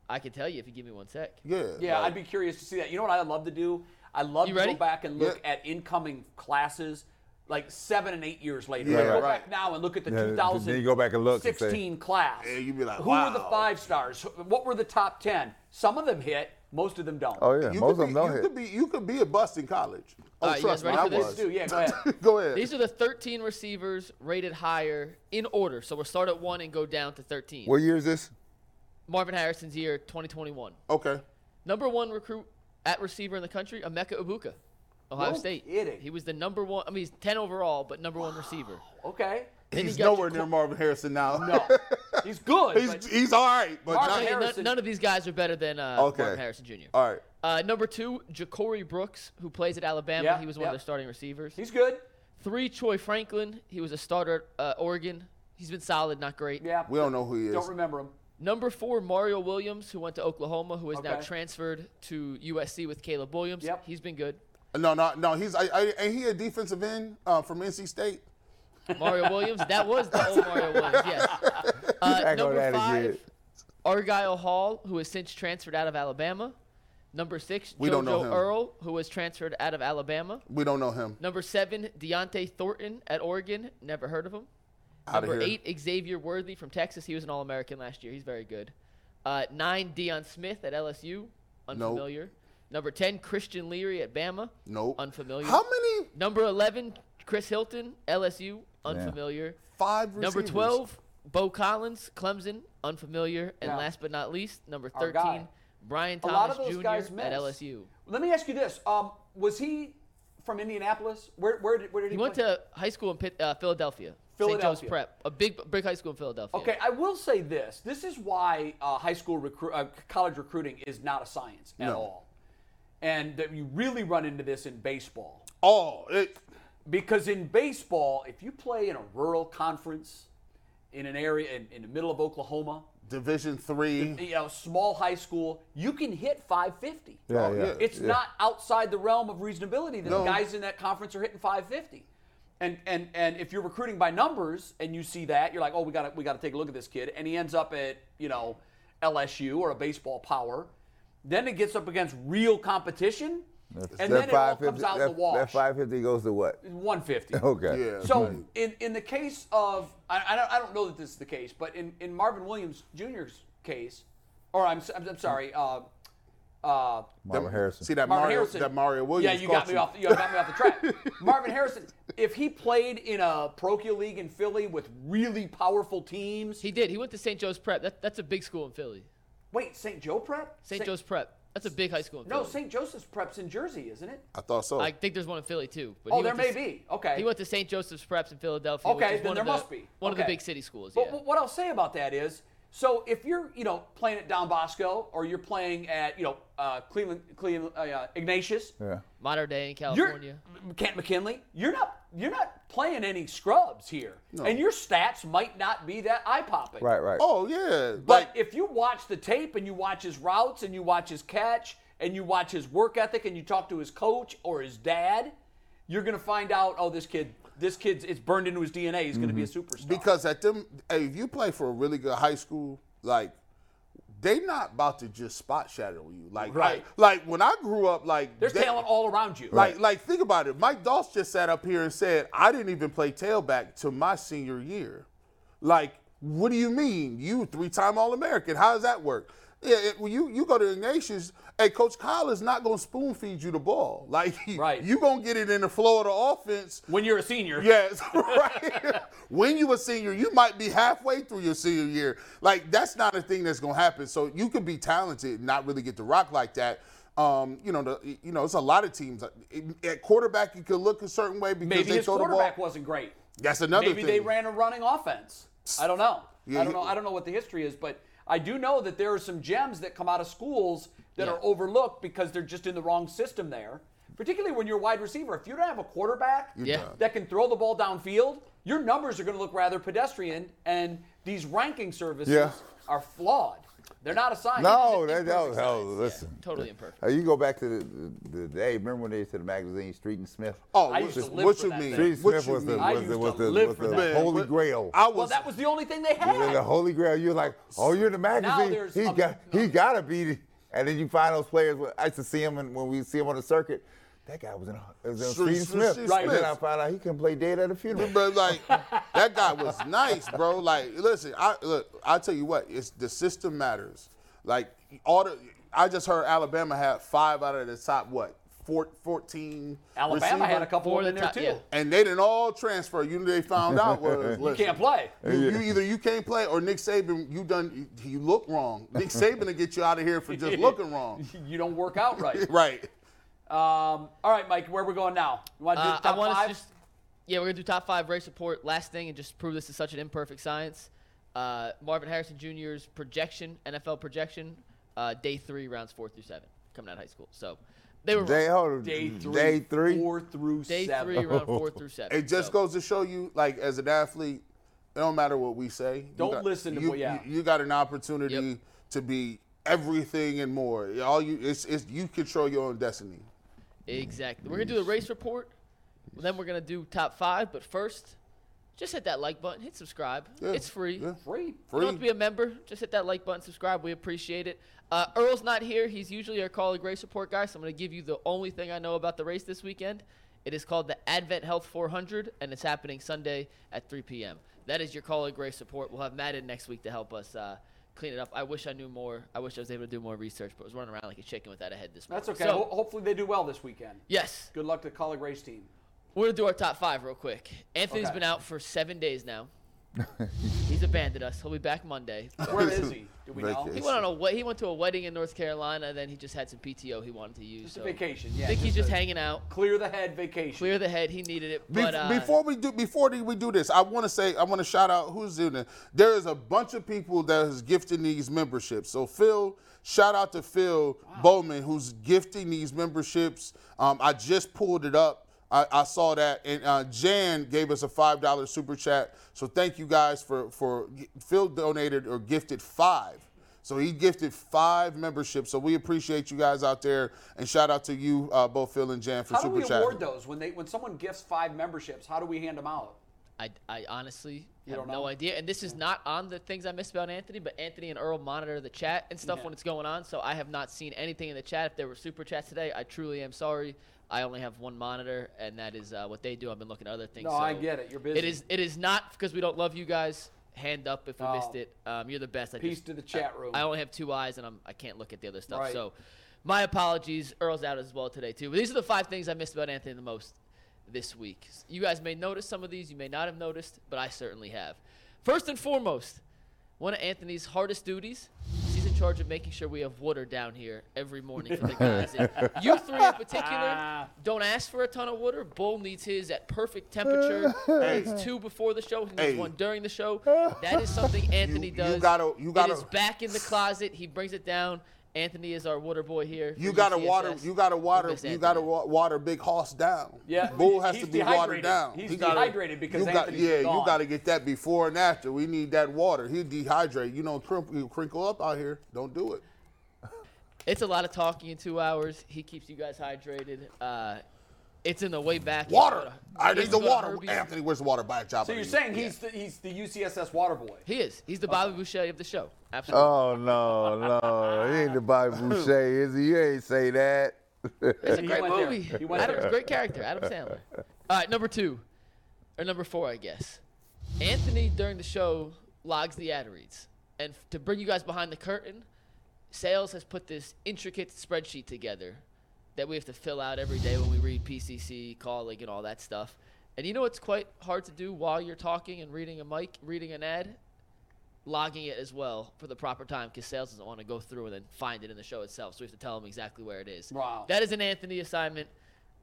S1: I can tell you if you give me one sec.
S4: Yeah.
S2: Yeah,
S4: like-
S2: I'd be curious to see that. You know what I'd love to do? I'd love
S1: You
S2: to
S1: ready?
S2: go back and look
S4: Yeah.
S2: at incoming classes like seven and eight years later.
S4: Yeah,
S2: Like, go
S4: right.
S2: back now and look at the
S3: Yeah, then you
S2: 2016
S3: go back and look and say-
S2: class.
S4: Yeah, you'd be like,
S2: who were the
S4: wow.
S2: five stars? What were the top ten? Some of them hit, most of them don't.
S3: Oh yeah,
S4: You
S3: most of
S4: could
S3: them
S4: be,
S3: don't
S4: you
S3: hit.
S4: could be you could be a bust in college. Oh,
S1: All right, Uh, you
S4: trust me,
S1: guys
S4: I
S1: ready for
S4: was.
S1: this?
S2: Please do. Yeah, go ahead.
S4: Go ahead.
S1: These are the 13 receivers rated higher in order. So we'll start at one and go down to 13.
S3: What year is this?
S1: Marvin Harrison's year 2021.
S4: okay.
S1: Number one recruit at receiver in the country, Emeka Ibuka, Ohio
S2: No
S1: State.
S2: kidding.
S1: He was the number one. I mean, he's 10 overall, but number one receiver.
S2: okay.
S1: Then
S4: He's
S1: you got
S4: nowhere
S1: your
S4: near Marvin Harrison now.
S2: No, he's good.
S4: he's
S2: but
S4: he's all right, but
S1: I'll tell
S4: not,
S1: you, none,
S2: Harrison.
S1: none of these guys are better than uh,
S4: Okay.
S1: Marvin Harrison Jr.
S4: all right.
S1: Uh, number two, Ja'Cory Brooks, who plays at Alabama.
S2: Yeah,
S1: he was one
S2: yeah.
S1: of their starting receivers.
S2: he's good.
S1: Three, Troy Franklin. He was a starter at uh, Oregon. He's been solid, not great.
S2: Yeah.
S4: We don't know who he is.
S2: Don't remember him.
S1: Number four, Mario Williams, who went to Oklahoma, who is now
S2: Okay.
S1: transferred to USC with Caleb Williams.
S2: Yep.
S1: He's been good.
S4: No, no, no. He's I, I, ain't he a defensive end uh, from NC State?
S1: Mario Williams, that was the old Mario Williams, yes. Uh,
S3: Back on
S1: number
S3: that
S1: five,
S3: again.
S1: Argyle Hall, who has since transferred out of Alabama. Number six,
S4: We
S1: JoJo
S4: don't know him.
S1: Earl, who was transferred out of Alabama.
S4: We don't know him.
S1: Number seven, Deontay Thornton at Oregon. Never heard of him.
S4: Outta
S1: Number
S4: here.
S1: eight, Xavier Worthy from Texas. He was an All American last year. He's very good. Uh, nine, Deion Smith at LSU. Unfamiliar. Number 10, Christian Leary at Bama.
S4: Nope.
S1: Unfamiliar.
S4: How many
S1: Number 11, Chris Hilton, LSU. Unfamiliar.
S4: five receivers?
S1: Number 12, Bo Collins, Clemson. Unfamiliar. And
S2: Yeah.
S1: last but not least, number
S2: Our
S1: 13,
S2: guy.
S1: Brian
S2: A
S1: Thomas
S2: lot of those
S1: Jr.
S2: guys
S1: at
S2: miss.
S1: LSU.
S2: Let me ask you this: um, Was he from Indianapolis? Where, where did where did he?
S1: He went
S2: play?
S1: to high school in Pitt, uh, Philadelphia. St.
S2: Philadelphia.
S1: Joe's Prep, a big, big high school in Philadelphia.
S2: Okay, I will say this. This is why uh, high school recruit, uh, college recruiting is not a science at
S4: No.
S2: all, and that you really run into this in baseball.
S4: Oh, it,
S2: Because in baseball, if you play in a rural conference, in an area in, in the middle of Oklahoma,
S4: Division three.
S2: you know, small high school, you can hit 550.
S3: Yeah, Oh, yeah, yeah.
S2: It's
S3: yeah.
S2: not outside the realm of reasonability that
S4: No.
S2: the guys in that conference are hitting 550. And, and and if you're recruiting by numbers and you see that, you're like, oh, we got to we got to take a look at this kid, and he ends up at you know LSU or a baseball power. Then it gets up against real competition, and then it all comes out the
S3: that,
S2: wall.
S3: that 550 goes to what?
S2: 150.
S3: Okay.
S4: Yeah.
S2: So in, in the case of I, I, don't, I don't know that this is the case, but in, in Marvin Williams Jr.'s case, or I'm s- I'm, I'm sorry, uh, uh,
S3: Marvin Harrison.
S4: See that
S2: Marvin
S4: Mario,
S2: Harrison.
S4: that Mario Williams.
S2: Yeah, you
S4: caught
S2: got me off. You got me off the track. Marvin Harrison, if he played in a parochial league in Philly with really powerful teams,
S1: He did. He went to St. Joe's Prep. That, that's a big school in Philly.
S2: wait, St. Joe Prep,
S1: St. Joe's Prep. That's a big high school in
S2: No,
S1: Philly.
S2: St. Joseph's Prep's in Jersey, isn't it?
S4: I thought so.
S1: I think there's one in Philly too. But
S2: Oh,
S1: he
S2: there
S1: went
S2: may
S1: to,
S2: be. Okay.
S1: He went to St. Joseph's Preps in Philadelphia. which
S2: Okay,
S1: is
S2: then
S1: one
S2: there
S1: of the,
S2: must be.
S1: one of
S2: Okay.
S1: the big city schools.
S2: But
S1: yeah.
S2: wh- what I'll say about that is, so if you're, you know, playing at Don Bosco or you're playing at, you know, uh, Cleveland, Cleveland, uh, uh, Ignatius,
S3: Yeah.
S1: Modern day in
S2: you're
S1: California.
S2: Kent McKinley, you're not, you're not playing any scrubs here, and your stats might not be that eye popping.
S3: Right. Right.
S4: oh yeah.
S2: But
S4: like,
S2: if you watch the tape and you watch his routes and you watch his catch and you watch his work ethic and you talk to his coach or his dad, you're gonna find out, oh, this kid, this kid's, it's burned into his DNA. He's gonna be a
S3: Mm-hmm.
S2: superstar.
S4: Because at them, hey, if you play for a really good high school, like they not about to just spot shadow you. Like,
S2: Right.
S4: I- like when I grew up, like
S2: there's
S4: they-
S2: talent all around you.
S4: Like, like think about it. Mike Doss just sat up here and said, "I didn't even play tailback to my senior year." Like, what do you mean? You three-time All-American? How does that work? Yeah, it, when you you go to Ignatius, hey, Coach Kyle is not going to spoon feed you the ball. Like,
S2: Right.
S4: you going to get it in the flow of the offense
S2: when you're a senior.
S4: Yes, right. when you a senior, you might be halfway through your senior year. Like that's not a thing that's gonna happen. So you could be talented and not really get to rock like that. Um, you know, the, you know, it's a lot of teams at quarterback. You could look a certain way because
S2: Maybe
S4: they
S2: his
S4: throw the
S2: quarterback
S4: ball.
S2: wasn't great.
S4: That's another
S2: Maybe
S4: thing.
S2: they ran a running offense. I don't know.
S4: Yeah,
S2: I don't
S4: you-
S2: know. I don't know what the history is, but I do know that there are some gems that come out of schools that
S1: Yeah.
S2: are overlooked because they're just in the wrong system there. Particularly when you're a wide receiver, if you don't have a quarterback
S1: Yeah. done.
S2: that can throw the ball downfield, your numbers are going to look rather pedestrian, and these ranking services
S3: Yeah.
S2: are flawed. They're not assigned.
S3: No,
S1: It's
S3: that,
S1: an
S3: that
S1: imperfect
S3: no,
S1: science. Yeah,
S3: listen.
S1: totally imperfect.
S3: Uh, you go back to the, the, the day. Remember when they used to the magazine Street and Smith?
S4: Oh,
S2: I
S4: what,
S2: used to
S4: you-
S2: live
S4: what
S2: for
S4: you
S2: that
S4: mean?
S2: thing.
S3: Street and
S4: What
S3: Smith
S4: you
S3: was the,
S4: mean?
S2: I
S3: was
S2: used
S3: the,
S2: to
S3: was the,
S2: live
S3: was
S2: for
S3: the
S2: that.
S3: holy
S4: what-
S3: grail.
S4: I
S2: Well,
S4: was.
S2: that was the only thing they
S3: Then
S2: had.
S3: the holy grail. You're like, oh, you're in the magazine.
S2: there's
S3: He
S2: a-
S3: got he gotta beat it. And then you find those players. When, I used to see him and when we see him on the circuit. That guy was in, was in Street
S4: Street-
S3: and
S4: Street-
S3: Smith.
S4: Street
S3: Right. And then
S4: Smith.
S3: I found out he couldn't play dead at a funeral.
S4: But like that guy was nice, bro. Like, listen, I look. I tell you what, it's the system matters. Like, all the I just heard Alabama had five out of the top what four, 14
S2: Alabama had
S4: receiver-
S2: a couple
S1: Four
S2: of
S1: of
S2: them
S1: the
S2: in there
S1: top-
S2: too.
S1: yeah.
S4: and they didn't all transfer. You know, they found out was
S2: You
S4: listen,
S2: can't play.
S4: You, you either you can't play or Nick Saban, you done you, you look wrong. Nick Saban to get you out of here for just looking wrong.
S2: You don't work out right.
S4: Right.
S2: Um, all right, Mike, where we going now? You want to do
S1: Uh,
S2: the
S1: I
S2: top
S1: want us
S2: five?
S1: just yeah, we're gonna do top five race report. Last thing, and just prove this is such an imperfect science. Uh, Marvin Harrison Jr.'s projection, NFL projection, uh, day three, rounds four through seven, coming out of high school. So they were
S3: Day,
S1: wrong.
S3: hold on.
S4: Mm-hmm.
S2: day three,
S3: Day three.
S2: four through
S1: day
S2: seven.
S1: three, round four through seven.
S4: It just
S1: So,
S4: goes to show you, like as an athlete, it don't matter what we say. You
S2: Don't
S4: got-
S2: listen to
S4: you,
S2: what- yeah.
S4: You, you got an opportunity
S1: Yep.
S4: to be everything and more. All you it's, it's you control your own destiny.
S1: exactly. We're gonna do the race report. Then we're gonna do top five. But first, just hit that like button. Hit subscribe.
S4: Yeah,
S1: It's free.
S4: yeah.
S2: Free.
S1: You don't
S4: Free.
S1: have to be a member. Just hit that like button, subscribe. We appreciate it. Uh, Earl's not here. He's usually our call of race report guy, so I'm going to give you the only thing I know about the race this weekend. It is called the Advent Health 400, and it's happening Sunday at 3 p.m. That is your call of grace support. We'll have Matt in next week to help us uh, clean it up. I wish I knew more. I wish I was able to do more research, but I was running around like a chicken without a head this morning.
S2: That's okay.
S1: So,
S2: Ho- hopefully they do well this weekend.
S1: yes,
S2: Good luck to the college race team.
S1: we're going to do our top five real quick. Anthony's
S2: Okay.
S1: been out for seven days now. He's abandoned us. He'll be back Monday.
S2: Where is he? Do we know?
S4: Vacation.
S1: He went on a we- he went to a wedding in North Carolina, and then he just had some PTO he wanted to use.
S2: Just a
S1: so.
S2: vacation.
S1: I
S2: Yeah.
S1: think he's just
S2: a
S1: hanging out,
S2: Clear the head vacation.
S1: clear the head. He needed it,
S4: Be-
S1: but uh,
S4: before we do before we do this, I want to say I want to shout out who's doing it. There is a bunch of people that is gifting these memberships. So Phil, shout out to Phil Bowman who's gifting these memberships. Um, I just pulled it up. I, I saw that, and uh, Jan gave us a five dollar super chat. So thank you guys for for Phil donated or gifted five. So he gifted five memberships. So we appreciate you guys out there, and shout out to you uh, both Phil and Jan for
S2: how do
S4: super
S2: we
S4: chat.
S2: award those when they when someone gifts five memberships? How do we hand them out?
S1: I, I honestly
S2: don't
S1: have
S2: know?
S1: no idea. And this is not on the things I missed about Anthony, but Anthony and Earl monitor the chat and stuff
S2: Yeah.
S1: when it's going on. So I have not seen anything in the chat. If there were super chats today, I truly am sorry. I only have one monitor, and that is uh, what they do. I've been looking at other things.
S2: No,
S1: so
S2: I get it. You're busy.
S1: It is it is not because we don't love you guys. Hand up if we missed
S2: Oh.
S1: it. Um, you're the best. I
S2: Peace
S1: just-
S2: to the chat room.
S1: I only have two eyes and I'm I can't look at the other stuff.
S2: Right.
S1: So my apologies. Earl's out as well today too. But these are the five things I missed about Anthony the most this week. You guys may notice some of these, you may not have noticed, but I certainly have. First and foremost, one of Anthony's hardest duties is he's in charge of making sure we have water down here every morning for the guys. And you three in
S2: Ah.
S1: particular don't ask for a ton of water. Bull needs his at perfect temperature. He needs two before the show. He needs
S4: Hey.
S1: one during the show. That is something Anthony
S4: you
S1: does.
S4: gotta- you gotta-
S1: It is back in the closet. He brings it down. Anthony is our water boy here.
S4: You
S1: for
S4: gotta
S1: UCSS.
S4: water. You gotta
S1: We
S4: water.
S1: miss
S4: You
S1: Anthony.
S4: gotta wa- water big hoss down.
S2: Yeah,
S4: bull has
S2: he's
S4: to be watered
S2: dehydrated.
S4: down.
S2: He's
S4: gotta-
S2: dehydrated because
S4: you got,
S2: Anthony's
S4: yeah. You
S2: gone.
S4: gotta get that before and after. We need that water. He dehydrate. You know, crimp, you crinkle up out here. Don't do it.
S1: It's a lot of talking in two hours. He keeps you guys hydrated. Uh, it's in the way back.
S4: Water. I
S1: He's
S4: need the
S1: gonna
S4: water.
S1: Herbie's.
S4: Anthony, where's the water? Buy a job.
S2: So you're saying he's the, he's the UCSS water boy.
S1: He is. He's the Bobby Boucher of the show. Absolutely.
S3: Oh no, no, he ain't the Bobby Boucher, is he? You ain't say that.
S1: It's a great
S2: went there.
S1: movie.
S2: He went
S1: Adam-
S2: there.
S1: Great character, Adam Sandler. All right, number two, or number four, I guess. Anthony during the show logs the ad reads, and f- to bring you guys behind the curtain, sales has put this intricate spreadsheet together that we have to fill out every day when we read PCC, calling, and all that stuff. And you know it's quite hard to do while you're talking and reading a mic, reading an ad, logging it as well for the proper time because sales doesn't want to go through and then find it in the show itself. So we have to tell them exactly where it is.
S2: Wow.
S1: That is an Anthony assignment.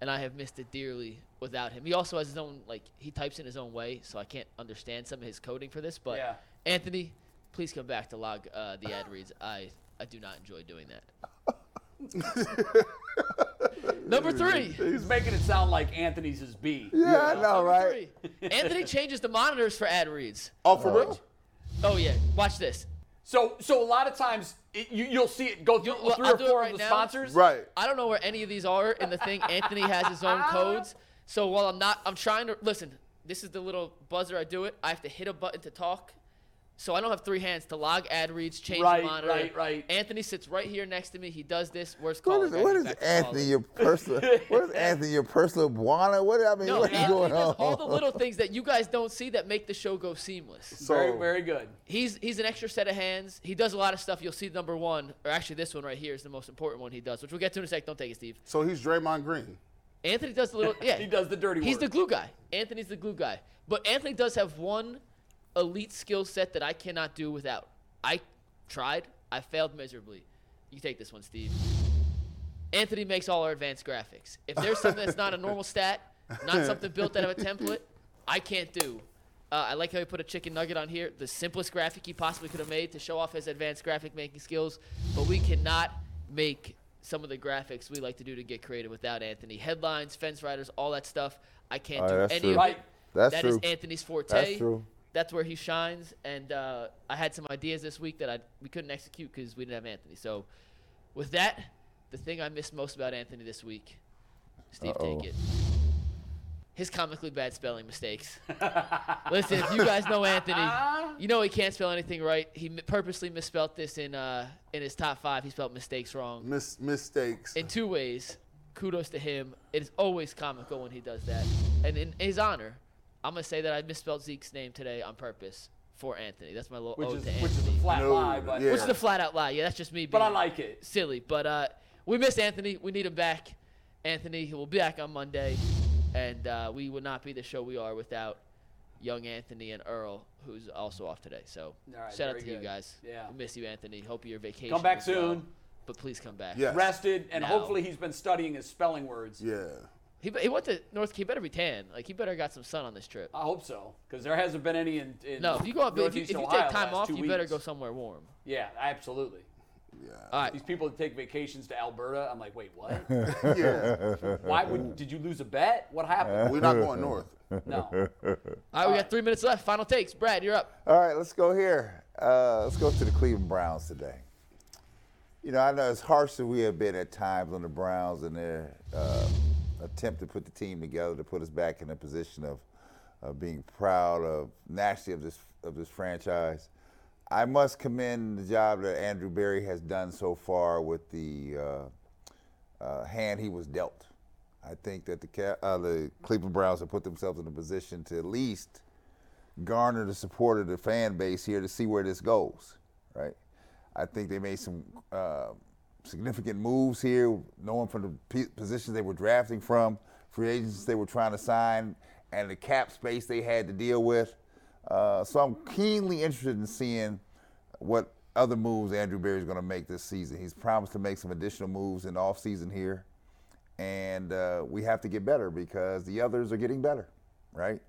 S1: and I have missed it dearly without him. He also has his own like he types in his own way, so I can't understand some of his coding for this. But
S2: Yeah.
S1: Anthony, please come back to log uh, the ad reads. I I do not enjoy doing that. Number three.
S2: He's making it sound like Anthony's his B.
S3: Yeah, I know,
S1: Number
S3: right?
S1: three. Anthony changes the monitors for ad reads.
S4: Oh, for real?
S1: Oh yeah, watch this.
S2: So, so a lot of times it, you, you'll see it go through
S1: You'll- well,
S2: three
S1: I'll
S2: or
S1: do it
S2: four
S1: right
S2: of the
S1: now.
S2: sponsors.
S4: Right.
S1: I don't know where any of these are in the thing. Anthony has his own codes. So while I'm not, I'm trying to listen. This is the little buzzer I do it. I have to hit a button to talk. So I don't have three hands to log ad reads, change
S2: Right,
S1: the monitor.
S2: right, right.
S1: Anthony sits right here next to me. He does this. Where's
S3: What
S1: calling?
S3: is,
S1: I
S3: what
S1: get
S3: is
S1: back to
S3: Anthony
S1: calling.
S3: your personal? what is Anthony your personal guana? What I mean,
S1: No,
S3: what is
S1: Anthony
S3: going
S1: does
S3: on?
S1: all the little things that you guys don't see that make the show go seamless.
S4: So,
S2: Very, very good.
S1: He's he's an extra set of hands. He does a lot of stuff. You'll see number one, or actually this one right here is the most important one he does, which we'll get to in a sec. Don't take it, Steve.
S4: so he's Draymond Green.
S1: Anthony does the little yeah.
S2: He does the dirty
S1: He's
S2: work.
S1: the glue guy. Anthony's the glue guy. But Anthony does have one elite skill set that I cannot do without. I tried. I failed miserably. You take this one, Steve. Anthony makes all our advanced graphics. If there's something that's not a normal stat, not something built out of a template, I can't do. Uh, I like how he put a chicken nugget on here, the simplest graphic he possibly could have made to show off his advanced graphic making skills, but we cannot make some of the graphics we like to do to get creative without Anthony. Headlines, fence riders, all that stuff. I can't
S3: All
S1: do
S3: right, that's
S1: any
S3: true.
S1: of
S2: Right.
S1: it.
S3: That's
S1: That is
S3: true.
S1: Anthony's forte.
S3: That's true.
S1: That's where he shines. And uh, I had some ideas this week that I we couldn't execute because we didn't have Anthony. So, with that, the thing I missed most about Anthony this week, Steve,
S3: Uh-oh.
S1: take it. His comically bad spelling mistakes. Listen, if you guys know Anthony, you know he can't spell anything right. He m- purposely misspelled this in uh, in his top five. He spelled mistakes wrong
S4: Mis- mistakes.
S1: in two ways. Kudos to him. It is always comical when he does that. And in his honor, I'm gonna say that I misspelled Zeke's name today on purpose for Anthony. That's my little
S2: which
S1: ode
S2: is
S1: to
S2: which is
S1: Anthony.
S2: a flat
S4: No,
S2: lie, but
S4: yeah.
S1: Which is a flat out lie. Yeah, that's just me. Being
S2: but I like it.
S1: silly. But uh, we missed Anthony. We need him back. Anthony, he will be back on Monday, and uh, we would not be the show we are without young Anthony and Earl, who's also off today. So
S2: All right,
S1: shout out
S2: very
S1: to you
S2: good.
S1: guys.
S2: Yeah.
S1: we miss you, Anthony. Hope you're vacation.
S2: Come back
S1: as well.
S2: soon.
S1: But please come back.
S4: Yes.
S2: Rested, and
S1: No.
S2: hopefully he's been studying his spelling words.
S4: yeah.
S1: He, be- he went to North. He better be tan. Like he better got some sun on this trip.
S2: I hope so, because there hasn't been any in, in
S1: No, if you go up, if you, if
S2: Uh, Northeast
S1: you
S2: Ohio
S1: take time
S2: last
S1: off,
S2: two
S1: you better
S2: weeks.
S1: go somewhere warm.
S2: Yeah, absolutely.
S4: Yeah.
S1: All right,
S2: These people that take vacations to Alberta, I'm like, wait, what?
S4: yeah.
S2: Why would did you lose a bet? What happened?
S4: We're not going north.
S2: No.
S1: all right, we got three minutes left. Final takes. Brad, you're up.
S3: All right, let's go here. Uh, let's go to the Cleveland Browns today. You know, I know as harsh as we have been at times on the Browns and their uh, attempt to put the team together to put us back in a position of, of being proud of nationally of this of this franchise. I must commend the job that Andrew Berry has done so far with the uh, uh, hand he was dealt. I think that the, Ca- uh, the Cleveland Browns have put themselves in a position to at least garner the support of the fan base here to see where this goes, right? I think they made some uh, significant moves here, knowing from the p- positions they were drafting from, free agents they were trying to sign, and the cap space they had to deal with. Uh, so I'm keenly interested in seeing what other moves Andrew Berry is going to make this season. He's promised to make some additional moves in the offseason here and uh, we have to get better because the others are getting better, right?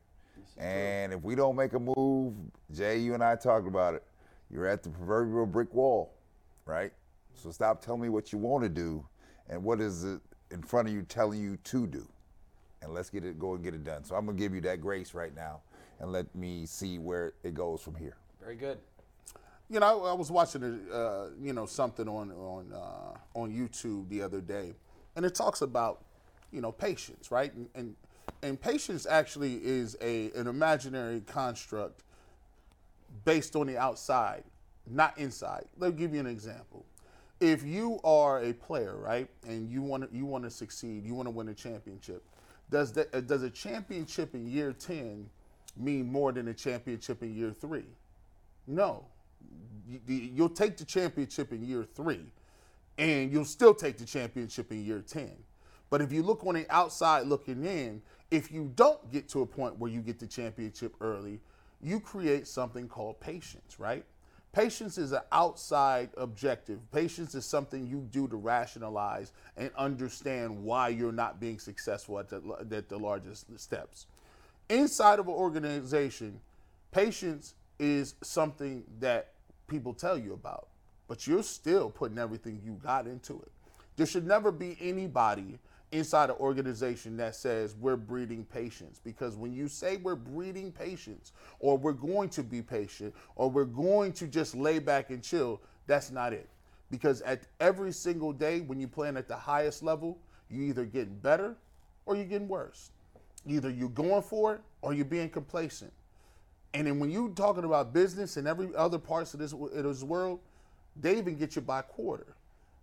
S3: And if we don't make a move, Jay, you and I talked about it. You're at the proverbial brick wall, right? So stop telling me what you want to do, and what is it in front of you telling you to do, and let's get it go and get it done. So I'm gonna give you that grace right now, and let me see where it goes from here.
S2: Very good.
S4: You know, I, I was watching, uh, you know, something on on uh, on YouTube the other day, and it talks about, you know, patience, right? And and, and patience actually is a an imaginary construct based on the outside, not inside. Let me give you an example. If you are a player, right, and you want to you want to succeed, you want to win a championship, does that uh, does a championship in year ten mean more than a championship in year three? No, You- you- you'll take the championship in year three, and you'll still take the championship in year ten. But if you look on the outside looking in, if you don't get to a point where you get the championship early, you create something called patience, right? Patience is an outside objective. Patience is something you do to rationalize and understand why you're not being successful at the, at the largest steps. Inside of an organization, patience is something that people tell you about, but you're still putting everything you got into it. There should never be anybody inside an organization that says we're breeding patience because when you say we're breeding patience or we're going to be patient or we're going to just lay back and chill, that's not it. Because at every single day when you're playing at the highest level, you either getting better or you're getting worse. Either you're going for it or you're being complacent. And then when you're talking about business and every other parts of this, of this world, they even get you by quarter.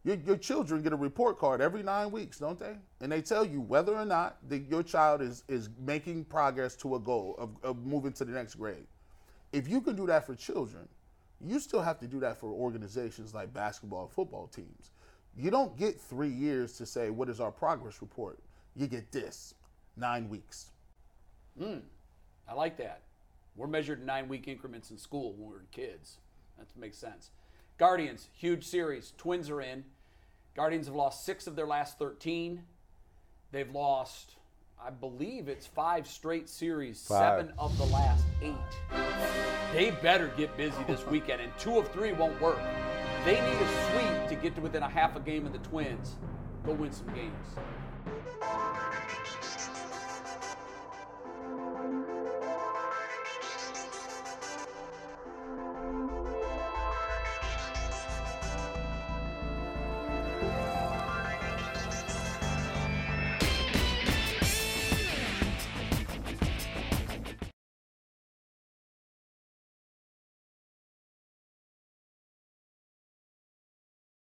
S4: Your, your children get a report card every nine weeks, don't they? And they tell you whether or not that your child is, is making progress to a goal of, of moving to the next grade. If you can do that for children, you still have to do that for organizations like basketball and football teams. You don't get three years to say, What is our progress report? You get this nine weeks.
S2: I like that. We're measured in nine week increments in school when we were kids. That makes sense. Guardians, huge series. Twins are in. Guardians have lost six of their last 13. They've lost, I believe it's five straight series,
S3: Five.
S2: seven of the last eight. They better get busy this weekend, and two of three won't work. They need a sweep to get to within a half a game of the Twins. Go win some games.